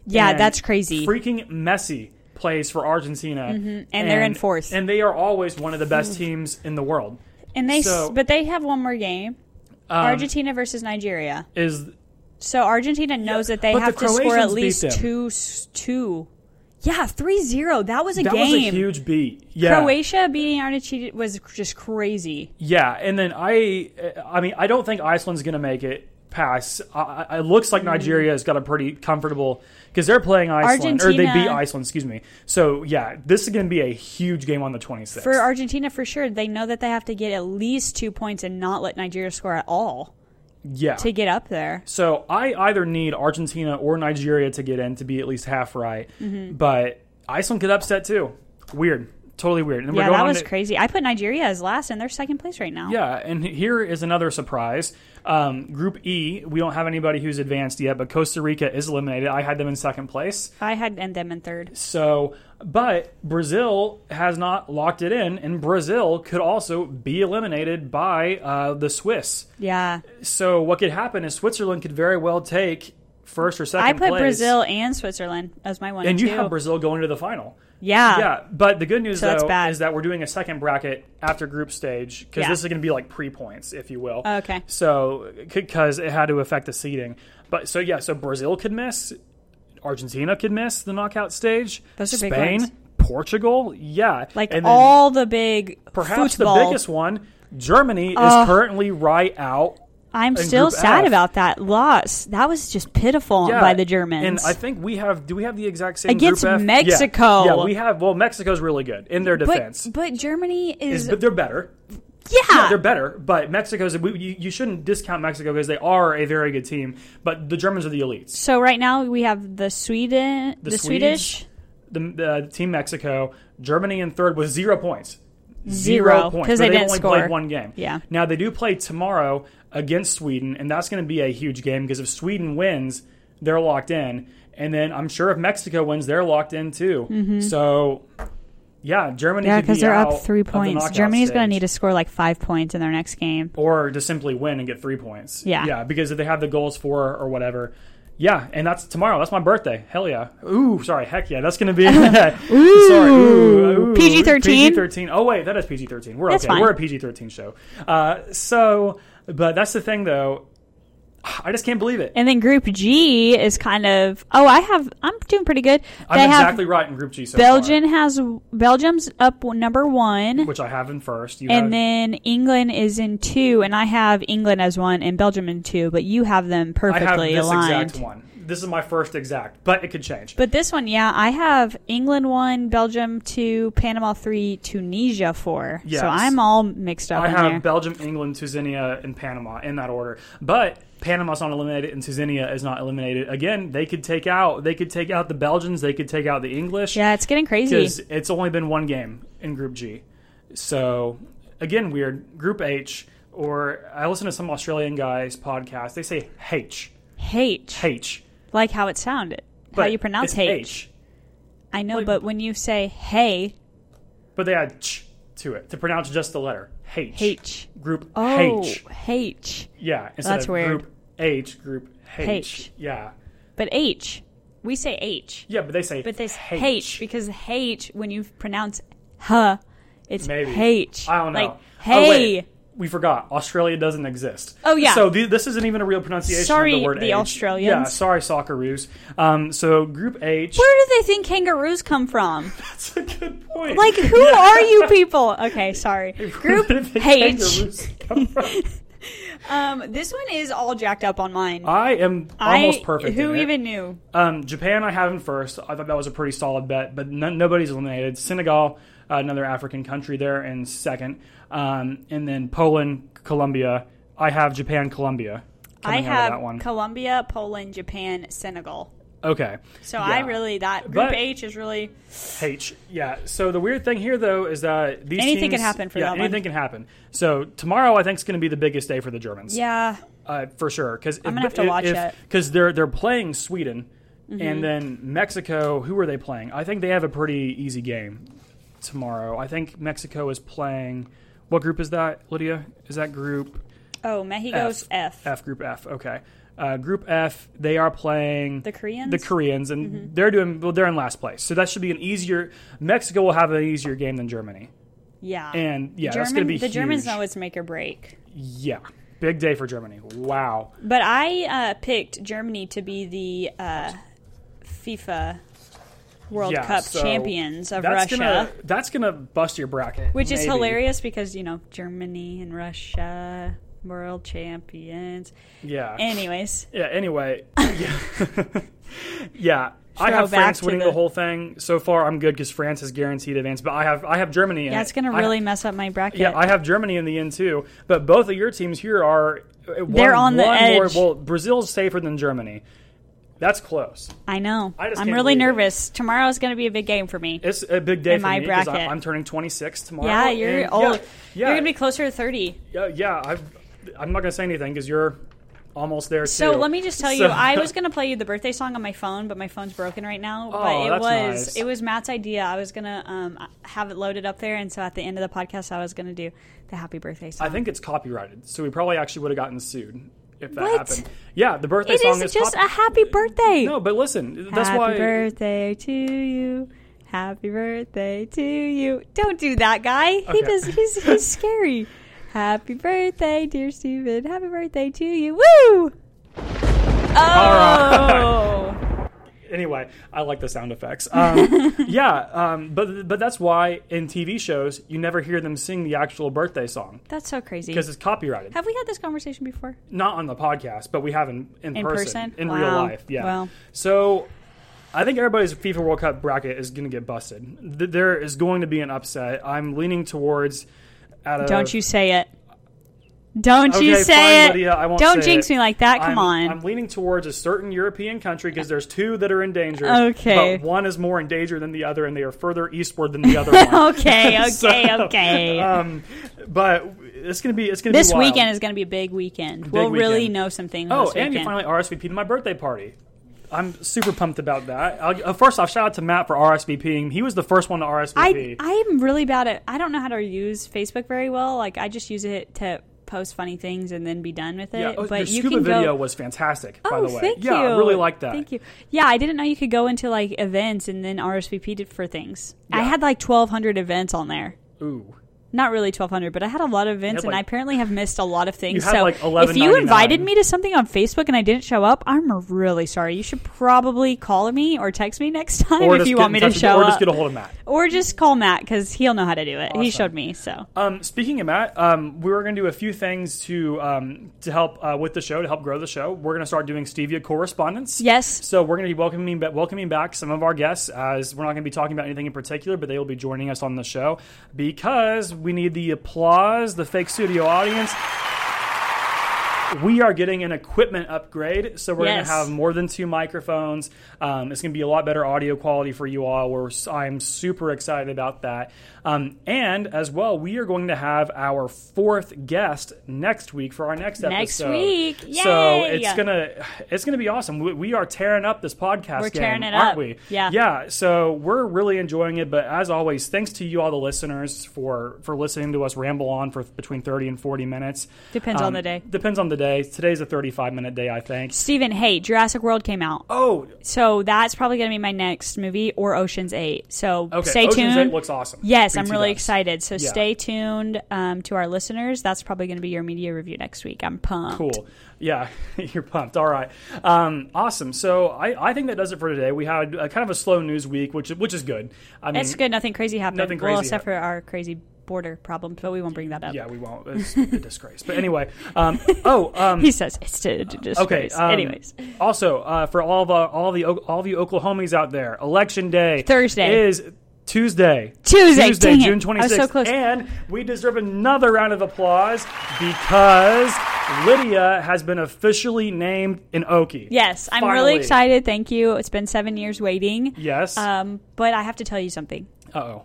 Speaker 2: yeah,
Speaker 1: And
Speaker 2: that's crazy. Mm-hmm.
Speaker 1: Freaking Messi plays for Argentina. And,
Speaker 2: they're in fourth.
Speaker 1: And they are always one of the best teams in the world.
Speaker 2: and they, s
Speaker 1: so-
Speaker 2: but they have one more game.
Speaker 1: Um,
Speaker 2: Argentina versus Nigeria.
Speaker 1: Is
Speaker 2: So Argentina knows that they
Speaker 1: but the
Speaker 2: have to score at
Speaker 1: Croatians beat
Speaker 2: least
Speaker 1: them.
Speaker 2: two, s- two. Yeah, 3-0. That was a
Speaker 1: that was a
Speaker 2: game.
Speaker 1: huge beat. Yeah.
Speaker 2: Croatia beating Argentina was just crazy.
Speaker 1: Yeah, and then I, I mean, I don't think Iceland's going to make it past. I, I- it looks
Speaker 2: Mm-hmm.
Speaker 1: like Nigeria's got a pretty comfortable because they're playing Iceland or they beat
Speaker 2: Argentina-
Speaker 1: Iceland. Excuse me. So yeah, this is going to be a huge game on the twenty sixth.
Speaker 2: For Argentina, for sure, they know that they have to get at least two points and not let Nigeria score at all
Speaker 1: yeah.
Speaker 2: to get up there.
Speaker 1: so I either need Argentina or Nigeria to get in to be at least half right,
Speaker 2: Mm-hmm.
Speaker 1: but Iceland could upset too. Weird, totally weird. And
Speaker 2: Yeah,
Speaker 1: we're going
Speaker 2: that
Speaker 1: on
Speaker 2: was
Speaker 1: to-
Speaker 2: crazy. I put Nigeria as last, and they're second place right now.
Speaker 1: Yeah, and here is another surprise. Um, group E, we don't have anybody who's advanced yet, but Costa Rica is eliminated. I had them in second place.
Speaker 2: I had and them in third.
Speaker 1: So, but Brazil has not locked it in, and Brazil could also be eliminated by uh, the Swiss.
Speaker 2: Yeah,
Speaker 1: So, what could happen is Switzerland could very well take first or second
Speaker 2: I put
Speaker 1: place,
Speaker 2: Brazil and Switzerland as my one
Speaker 1: and you
Speaker 2: two.
Speaker 1: have Brazil going to the final.
Speaker 2: yeah,
Speaker 1: yeah, but the good news
Speaker 2: So that's
Speaker 1: though
Speaker 2: bad.
Speaker 1: is that we're doing a second bracket after group stage because
Speaker 2: Yeah.
Speaker 1: this is going to be like pre points, if you will.
Speaker 2: Okay.
Speaker 1: So, because it had to affect the seeding, but so yeah, so Brazil could miss, Argentina could miss the knockout stage.
Speaker 2: Those are
Speaker 1: Spain,
Speaker 2: big ones.
Speaker 1: Portugal, yeah,
Speaker 2: like
Speaker 1: And then
Speaker 2: all the big
Speaker 1: Perhaps
Speaker 2: football.
Speaker 1: the biggest one, Germany
Speaker 2: Ugh.
Speaker 1: is currently right out.
Speaker 2: I'm
Speaker 1: in
Speaker 2: still
Speaker 1: Group
Speaker 2: sad
Speaker 1: F.
Speaker 2: about that loss. That was just pitiful
Speaker 1: Yeah,
Speaker 2: by the Germans.
Speaker 1: And I think we have. Do we have the exact same
Speaker 2: Against
Speaker 1: group F? Yeah.
Speaker 2: Mexico.
Speaker 1: Yeah, we have. Well, Mexico's really good in their defense.
Speaker 2: but, but Germany
Speaker 1: is,
Speaker 2: is,
Speaker 1: but they're better.
Speaker 2: yeah,
Speaker 1: Yeah, they're better, but Mexico's. We, you, you shouldn't discount Mexico because they are a very good team. But the Germans are the elites.
Speaker 2: So right now we have the Sweden, the,
Speaker 1: Swedes,
Speaker 2: Swedish,
Speaker 1: The, the team Mexico, Germany in third with zero points.
Speaker 2: Zero,
Speaker 1: points
Speaker 2: 'cause
Speaker 1: but
Speaker 2: they
Speaker 1: they've
Speaker 2: didn't
Speaker 1: only
Speaker 2: score.
Speaker 1: played one game.
Speaker 2: Yeah.
Speaker 1: Now they do play tomorrow against Sweden, and that's going to be a huge game because if Sweden wins, they're locked in, and then I'm sure if Mexico wins, they're locked in too. So. Yeah, Germany.
Speaker 2: Mm-hmm. yeah,
Speaker 1: because
Speaker 2: because they're up three points. Germany's going to need to score like five points in their next game.
Speaker 1: or to simply win and get three points.
Speaker 2: Yeah.
Speaker 1: Yeah, because if they have the goals for or whatever. Yeah, and that's tomorrow. That's my birthday. Hell yeah. Ooh, sorry. Heck yeah. That's going to be. ooh. Sorry. Ooh, ooh.
Speaker 2: PG-13?
Speaker 1: PG-13. Oh, wait. That is PG-13. We're
Speaker 2: That's
Speaker 1: okay.
Speaker 2: fine.
Speaker 1: We're a PG-13 show. Uh, so, but that's the thing, though. I just can't believe it.
Speaker 2: And then Group G is kind of oh, I have I'm doing pretty good.
Speaker 1: I'm
Speaker 2: they have
Speaker 1: exactly right in Group G so far,
Speaker 2: Belgium has Belgium's up w- number one,
Speaker 1: which I have in first. You have,
Speaker 2: and then England is in two, and I have England as one and Belgium in two, but you have them
Speaker 1: I
Speaker 2: perfectly
Speaker 1: have this
Speaker 2: aligned.
Speaker 1: exact one. This is my first exact, but it could change.
Speaker 2: But this one, yeah, I have England one, Belgium two, Panama three, Tunisia four.
Speaker 1: Yes.
Speaker 2: So I'm all mixed up
Speaker 1: I
Speaker 2: in
Speaker 1: have
Speaker 2: there.
Speaker 1: Belgium, England, Tuzinia, and Panama in that order. But Panama's not eliminated, and Tuzinia is not eliminated. Again, they could take out they could take out the Belgians, they could take out the English
Speaker 2: yeah, it's getting crazy.
Speaker 1: because it's only been one game in Group G. So again, weird. Group H, or I listen to some Australian guys podcast. They say H
Speaker 2: H,
Speaker 1: H,
Speaker 2: like how it sounded,
Speaker 1: but
Speaker 2: how you pronounce
Speaker 1: it's
Speaker 2: H. I
Speaker 1: H.
Speaker 2: know,
Speaker 1: Like-
Speaker 2: but when you say hey,
Speaker 1: But they add ch to it to pronounce just the letter H.
Speaker 2: H.
Speaker 1: Group
Speaker 2: Oh,
Speaker 1: H.
Speaker 2: H.
Speaker 1: Yeah, instead
Speaker 2: That's
Speaker 1: of
Speaker 2: weird.
Speaker 1: Group H, Group H.
Speaker 2: H.
Speaker 1: Yeah,
Speaker 2: But H, we say H,
Speaker 1: yeah, but they say
Speaker 2: but they say H
Speaker 1: H.
Speaker 2: because H when you pronounce huh, It's
Speaker 1: Maybe.
Speaker 2: H.
Speaker 1: I don't know.
Speaker 2: Like,
Speaker 1: Oh,
Speaker 2: hey.
Speaker 1: wait. we forgot. Australia doesn't exist.
Speaker 2: Oh, yeah.
Speaker 1: So th- this isn't even a real pronunciation
Speaker 2: Sorry,
Speaker 1: of the word
Speaker 2: the
Speaker 1: H.
Speaker 2: Australians.
Speaker 1: Yeah, sorry, Socceroos. Um, so Group H.
Speaker 2: where do they think kangaroos come from?
Speaker 1: That's a good point.
Speaker 2: Like, who are you people? Okay, sorry. Group
Speaker 1: Where did the
Speaker 2: H.
Speaker 1: kangaroos come from?
Speaker 2: Um, this one is all jacked up on mine.
Speaker 1: I am almost
Speaker 2: I-
Speaker 1: perfect.
Speaker 2: Who
Speaker 1: in it.
Speaker 2: even knew?
Speaker 1: Um, Japan, I have in first. I thought that was a pretty solid bet, but no, nobody's eliminated. Senegal, uh, another African country, there in second, um, and then Poland, Colombia. I have Japan, Colombia.
Speaker 2: I
Speaker 1: coming out of
Speaker 2: have
Speaker 1: that one.
Speaker 2: Colombia, Poland, Japan, Senegal.
Speaker 1: okay.
Speaker 2: So I
Speaker 1: Yeah.
Speaker 2: really that group
Speaker 1: But-
Speaker 2: H is really
Speaker 1: H. Yeah. So the weird thing here, though, is that these
Speaker 2: Anything
Speaker 1: teams-
Speaker 2: can happen for
Speaker 1: yeah,
Speaker 2: that one.
Speaker 1: Anything can happen. So tomorrow, I think is going to be the biggest day for the Germans.
Speaker 2: yeah.
Speaker 1: uh, for sure. Because
Speaker 2: I'm gonna have to watch it. Mm-hmm.
Speaker 1: because they're they're playing Sweden, and then Mexico. Who are they playing? I think they have a pretty easy game tomorrow. I think Mexico is playing. What group is that, Lydia? Is that group
Speaker 2: Oh, Mexico's F.
Speaker 1: F? Group F. Okay. Uh, group F. They are playing
Speaker 2: The Koreans. Mm-hmm.
Speaker 1: the Koreans, and they're doing well. They're in last place, so that should be an easier. Mexico will have an easier game than Germany,
Speaker 2: yeah.
Speaker 1: and yeah,
Speaker 2: German,
Speaker 1: that's going to be
Speaker 2: the Germans
Speaker 1: huge.
Speaker 2: know it's make or break.
Speaker 1: Yeah, big day for Germany. Wow.
Speaker 2: But I uh, picked Germany to be the uh, FIFA World
Speaker 1: Yeah,
Speaker 2: Cup
Speaker 1: so
Speaker 2: champions of
Speaker 1: that's
Speaker 2: Russia.
Speaker 1: Gonna, that's gonna bust your bracket,
Speaker 2: Which is
Speaker 1: maybe.
Speaker 2: hilarious because, you know, Germany and Russia, world champions.
Speaker 1: Yeah.
Speaker 2: Anyways,
Speaker 1: yeah. Anyway. Yeah. yeah. I have
Speaker 2: Throwback
Speaker 1: France
Speaker 2: to
Speaker 1: winning the...
Speaker 2: the-
Speaker 1: whole thing so far. I'm good because France is guaranteed advance, but I have I have Germany. In
Speaker 2: that's
Speaker 1: it.
Speaker 2: going to
Speaker 1: I-
Speaker 2: really mess up my bracket.
Speaker 1: yeah, I have Germany in the end too. But both of your teams here are uh, one-
Speaker 2: They're on the
Speaker 1: one more-
Speaker 2: edge.
Speaker 1: well, Brazil's safer than Germany. That's close.
Speaker 2: I know.
Speaker 1: I just
Speaker 2: I'm
Speaker 1: can't
Speaker 2: really
Speaker 1: believe it.
Speaker 2: nervous. Tomorrow's going to be a big game for me.
Speaker 1: It's a big day
Speaker 2: In
Speaker 1: for
Speaker 2: my
Speaker 1: me 'cause I-
Speaker 2: bracket.
Speaker 1: I'm turning 26 tomorrow.
Speaker 2: yeah, you're
Speaker 1: and-
Speaker 2: old.
Speaker 1: Yeah, yeah,
Speaker 2: You're going to be closer to 30.
Speaker 1: yeah, yeah, I've, I'm not gonna say anything because you're almost there.
Speaker 2: So
Speaker 1: too.
Speaker 2: let me just tell you,
Speaker 1: So-
Speaker 2: I was going to play you the birthday song on my phone, but my phone's broken right now. but
Speaker 1: Oh,
Speaker 2: it
Speaker 1: that's
Speaker 2: was
Speaker 1: nice.
Speaker 2: it was Matt's idea. I was going to um, have it loaded up there, and so at the end of the podcast, I was going to do the happy birthday song.
Speaker 1: I think it's copyrighted, so we probably actually would have gotten sued if that
Speaker 2: What?
Speaker 1: happened. Yeah, the birthday
Speaker 2: it
Speaker 1: song
Speaker 2: is
Speaker 1: is
Speaker 2: just
Speaker 1: copy-
Speaker 2: a happy birthday.
Speaker 1: No, but listen, that's
Speaker 2: Happy
Speaker 1: why.
Speaker 2: birthday to you. Happy birthday to you. Don't do that, guy. He
Speaker 1: Okay.
Speaker 2: does. He's he's scary. Happy birthday, dear Steven. Happy birthday to you. Woo! Oh.
Speaker 1: Anyway, I like the sound effects. Um, yeah, um, but but that's why in TV shows you never hear them sing the actual birthday song
Speaker 2: That's so crazy.
Speaker 1: because it's copyrighted.
Speaker 2: Have we had this conversation before?
Speaker 1: Not on the podcast, but we have in in,
Speaker 2: In person?
Speaker 1: in
Speaker 2: Wow.
Speaker 1: real life. Yeah.
Speaker 2: Wow.
Speaker 1: So. I think everybody's FIFA World Cup bracket is going to get busted. Th- There is going to be an upset. I'm leaning towards. Out of,
Speaker 2: Don't you say it. Don't you
Speaker 1: Uh, Okay,
Speaker 2: say
Speaker 1: fine,
Speaker 2: it.
Speaker 1: Lydia, I won't
Speaker 2: Don't
Speaker 1: say
Speaker 2: jinx
Speaker 1: it.
Speaker 2: me like that.
Speaker 1: I'm,
Speaker 2: Come on.
Speaker 1: I'm leaning towards a certain European country because there's two that are in danger.
Speaker 2: Okay.
Speaker 1: But one is more in danger than the other, and they are further eastward than the other one.
Speaker 2: okay, okay,
Speaker 1: So,
Speaker 2: okay.
Speaker 1: Um, but it's gonna be it's gonna
Speaker 2: this
Speaker 1: be wild.
Speaker 2: weekend is going to be a big weekend. we'll really
Speaker 1: weekend.
Speaker 2: know some things.
Speaker 1: Oh,
Speaker 2: this
Speaker 1: and you
Speaker 2: weekend.
Speaker 1: finally RSVP to my birthday party. I'm super pumped about that. I'll, uh, first off, shout out to Matt for RSVPing. He was the first one to
Speaker 2: I
Speaker 1: RSVP.
Speaker 2: I'm really bad at. I don't know how to use Facebook very well. Like I just use it to post funny things and then be done with it.
Speaker 1: yeah, oh,
Speaker 2: but
Speaker 1: your
Speaker 2: you
Speaker 1: scuba
Speaker 2: can
Speaker 1: video
Speaker 2: go.
Speaker 1: was fantastic, by
Speaker 2: Oh,
Speaker 1: the way.
Speaker 2: thank
Speaker 1: yeah,
Speaker 2: you.
Speaker 1: I really like that.
Speaker 2: Thank you. Yeah, I didn't know you could go into like events and then RSVP to- for things. I
Speaker 1: Yeah.
Speaker 2: had like 1,200 events on there.
Speaker 1: Ooh.
Speaker 2: Not really 1,200, but I had a lot of events,
Speaker 1: had,
Speaker 2: and I
Speaker 1: like-
Speaker 2: apparently have missed a lot of things.
Speaker 1: You had,
Speaker 2: so
Speaker 1: like,
Speaker 2: if you
Speaker 1: 11.99.
Speaker 2: invited me to something on Facebook and I didn't show up, I'm really sorry. You should probably call me or text me next time
Speaker 1: Or
Speaker 2: if
Speaker 1: just
Speaker 2: you
Speaker 1: get
Speaker 2: want
Speaker 1: in
Speaker 2: me to
Speaker 1: touch with-
Speaker 2: show
Speaker 1: or
Speaker 2: up.
Speaker 1: just get a hold of Matt.
Speaker 2: Or just call Matt because he'll know how to do it. He
Speaker 1: Awesome.
Speaker 2: showed me, so
Speaker 1: Um, speaking of Matt, um, we were going to do a few things to um, to help uh, with the show to help grow the show. We're going to start doing Stevia correspondence.
Speaker 2: yes,
Speaker 1: So we're going to be welcoming ba- welcoming back some of our guests. As we're not going to be talking about anything in particular, but they will be joining us on the show because we need the applause, the fake studio audience. We are getting an equipment upgrade, so we're going
Speaker 2: Yes.
Speaker 1: to have more than two microphones. Um, it's going to be a lot better audio quality for you all. We're, I'm super excited about that. Um, and as well, we are going to have our fourth guest next week for our next
Speaker 2: Next
Speaker 1: episode.
Speaker 2: week.
Speaker 1: So
Speaker 2: Yay!
Speaker 1: it's gonna it's gonna be awesome. We, we are tearing up this podcast.
Speaker 2: We're
Speaker 1: game,
Speaker 2: tearing it
Speaker 1: aren't
Speaker 2: up.
Speaker 1: we?
Speaker 2: Yeah.
Speaker 1: yeah. So we're really enjoying it. But as always, thanks to you all the listeners for for listening to us ramble on for between thirty and forty minutes.
Speaker 2: Depends on the day.
Speaker 1: Um, Depends on the day. Today's a 35 minute day, I think.
Speaker 2: Steven, hey, Jurassic World came out.
Speaker 1: Oh,
Speaker 2: So that's probably going to be my next movie or Ocean's 8. So
Speaker 1: okay.
Speaker 2: stay
Speaker 1: Ocean's
Speaker 2: tuned.
Speaker 1: Eight looks awesome.
Speaker 2: yes,
Speaker 1: BT
Speaker 2: I'm really
Speaker 1: does.
Speaker 2: excited. So
Speaker 1: Yeah.
Speaker 2: stay tuned um, to our listeners. That's probably going to be your media review next week. I'm pumped.
Speaker 1: Cool. Yeah, you're pumped. All right. Um, awesome. So I, I think that does it for today. We had a, kind of a slow news week, which which is good. I mean,
Speaker 2: It's good. Nothing crazy happened.
Speaker 1: Nothing
Speaker 2: well,
Speaker 1: crazy
Speaker 2: except for our crazy border problems, but we won't bring that up.
Speaker 1: yeah, we won't. It's a disgrace. But anyway, um, oh, um,
Speaker 2: He says it's to, to
Speaker 1: okay.
Speaker 2: disgrace.
Speaker 1: um,
Speaker 2: Anyways,
Speaker 1: also uh, for all of uh, all the all of you Oklahomies out there, election day
Speaker 2: Thursday.
Speaker 1: is Tuesday.
Speaker 2: Tuesday, dang it.
Speaker 1: June
Speaker 2: I was
Speaker 1: 26th.
Speaker 2: so close.
Speaker 1: And we deserve another round of applause because Lydia has been officially named an Okie.
Speaker 2: yes, I'm
Speaker 1: Finally.
Speaker 2: really excited. Thank you. It's been seven years waiting.
Speaker 1: Yes. Uh
Speaker 2: Um, but I have to tell you something.
Speaker 1: oh.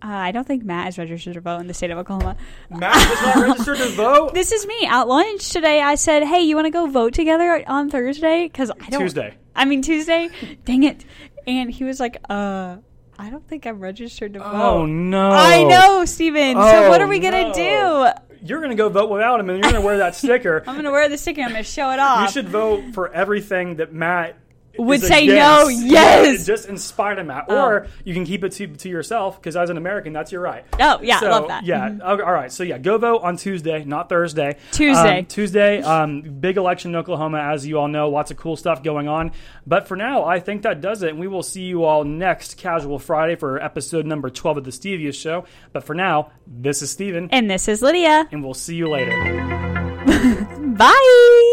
Speaker 2: Uh, I don't think Matt is registered to vote in the state of Oklahoma.
Speaker 1: Matt does not register to vote.
Speaker 2: This is me at lunch today. I said, "Hey, you want to go vote together on Thursday?" Because I don't.
Speaker 1: Tuesday.
Speaker 2: I mean Tuesday. Dang it! And he was like, "Uh, I don't think I'm registered to
Speaker 1: Oh
Speaker 2: vote."
Speaker 1: no!
Speaker 2: I know, Steven.
Speaker 1: Oh,
Speaker 2: so what are we gonna
Speaker 1: no.
Speaker 2: do?
Speaker 1: You're gonna go vote without him, and you're gonna wear that sticker.
Speaker 2: I'm gonna wear the sticker. I'm gonna show it off.
Speaker 1: You should vote for everything that Matt
Speaker 2: Uh, Would
Speaker 1: is
Speaker 2: say
Speaker 1: against.
Speaker 2: no, yes!
Speaker 1: just in spite of Matt,
Speaker 2: Oh.
Speaker 1: or you can keep it to, to yourself because as an American, that's your right.
Speaker 2: Oh, yeah, I
Speaker 1: so,
Speaker 2: love that.
Speaker 1: Yeah, okay, all right. So yeah, go vote on Tuesday, not Thursday.
Speaker 2: Tuesday.
Speaker 1: Um, Tuesday. Um, big election in Oklahoma, as you all know. Lots of cool stuff going on. But for now, I think that does it, and we will see you all next Casual Friday for episode number twelve of the Stevia Show. But for now, this is Steven,
Speaker 2: And this is Lydia.
Speaker 1: and we'll see you later.
Speaker 2: Bye.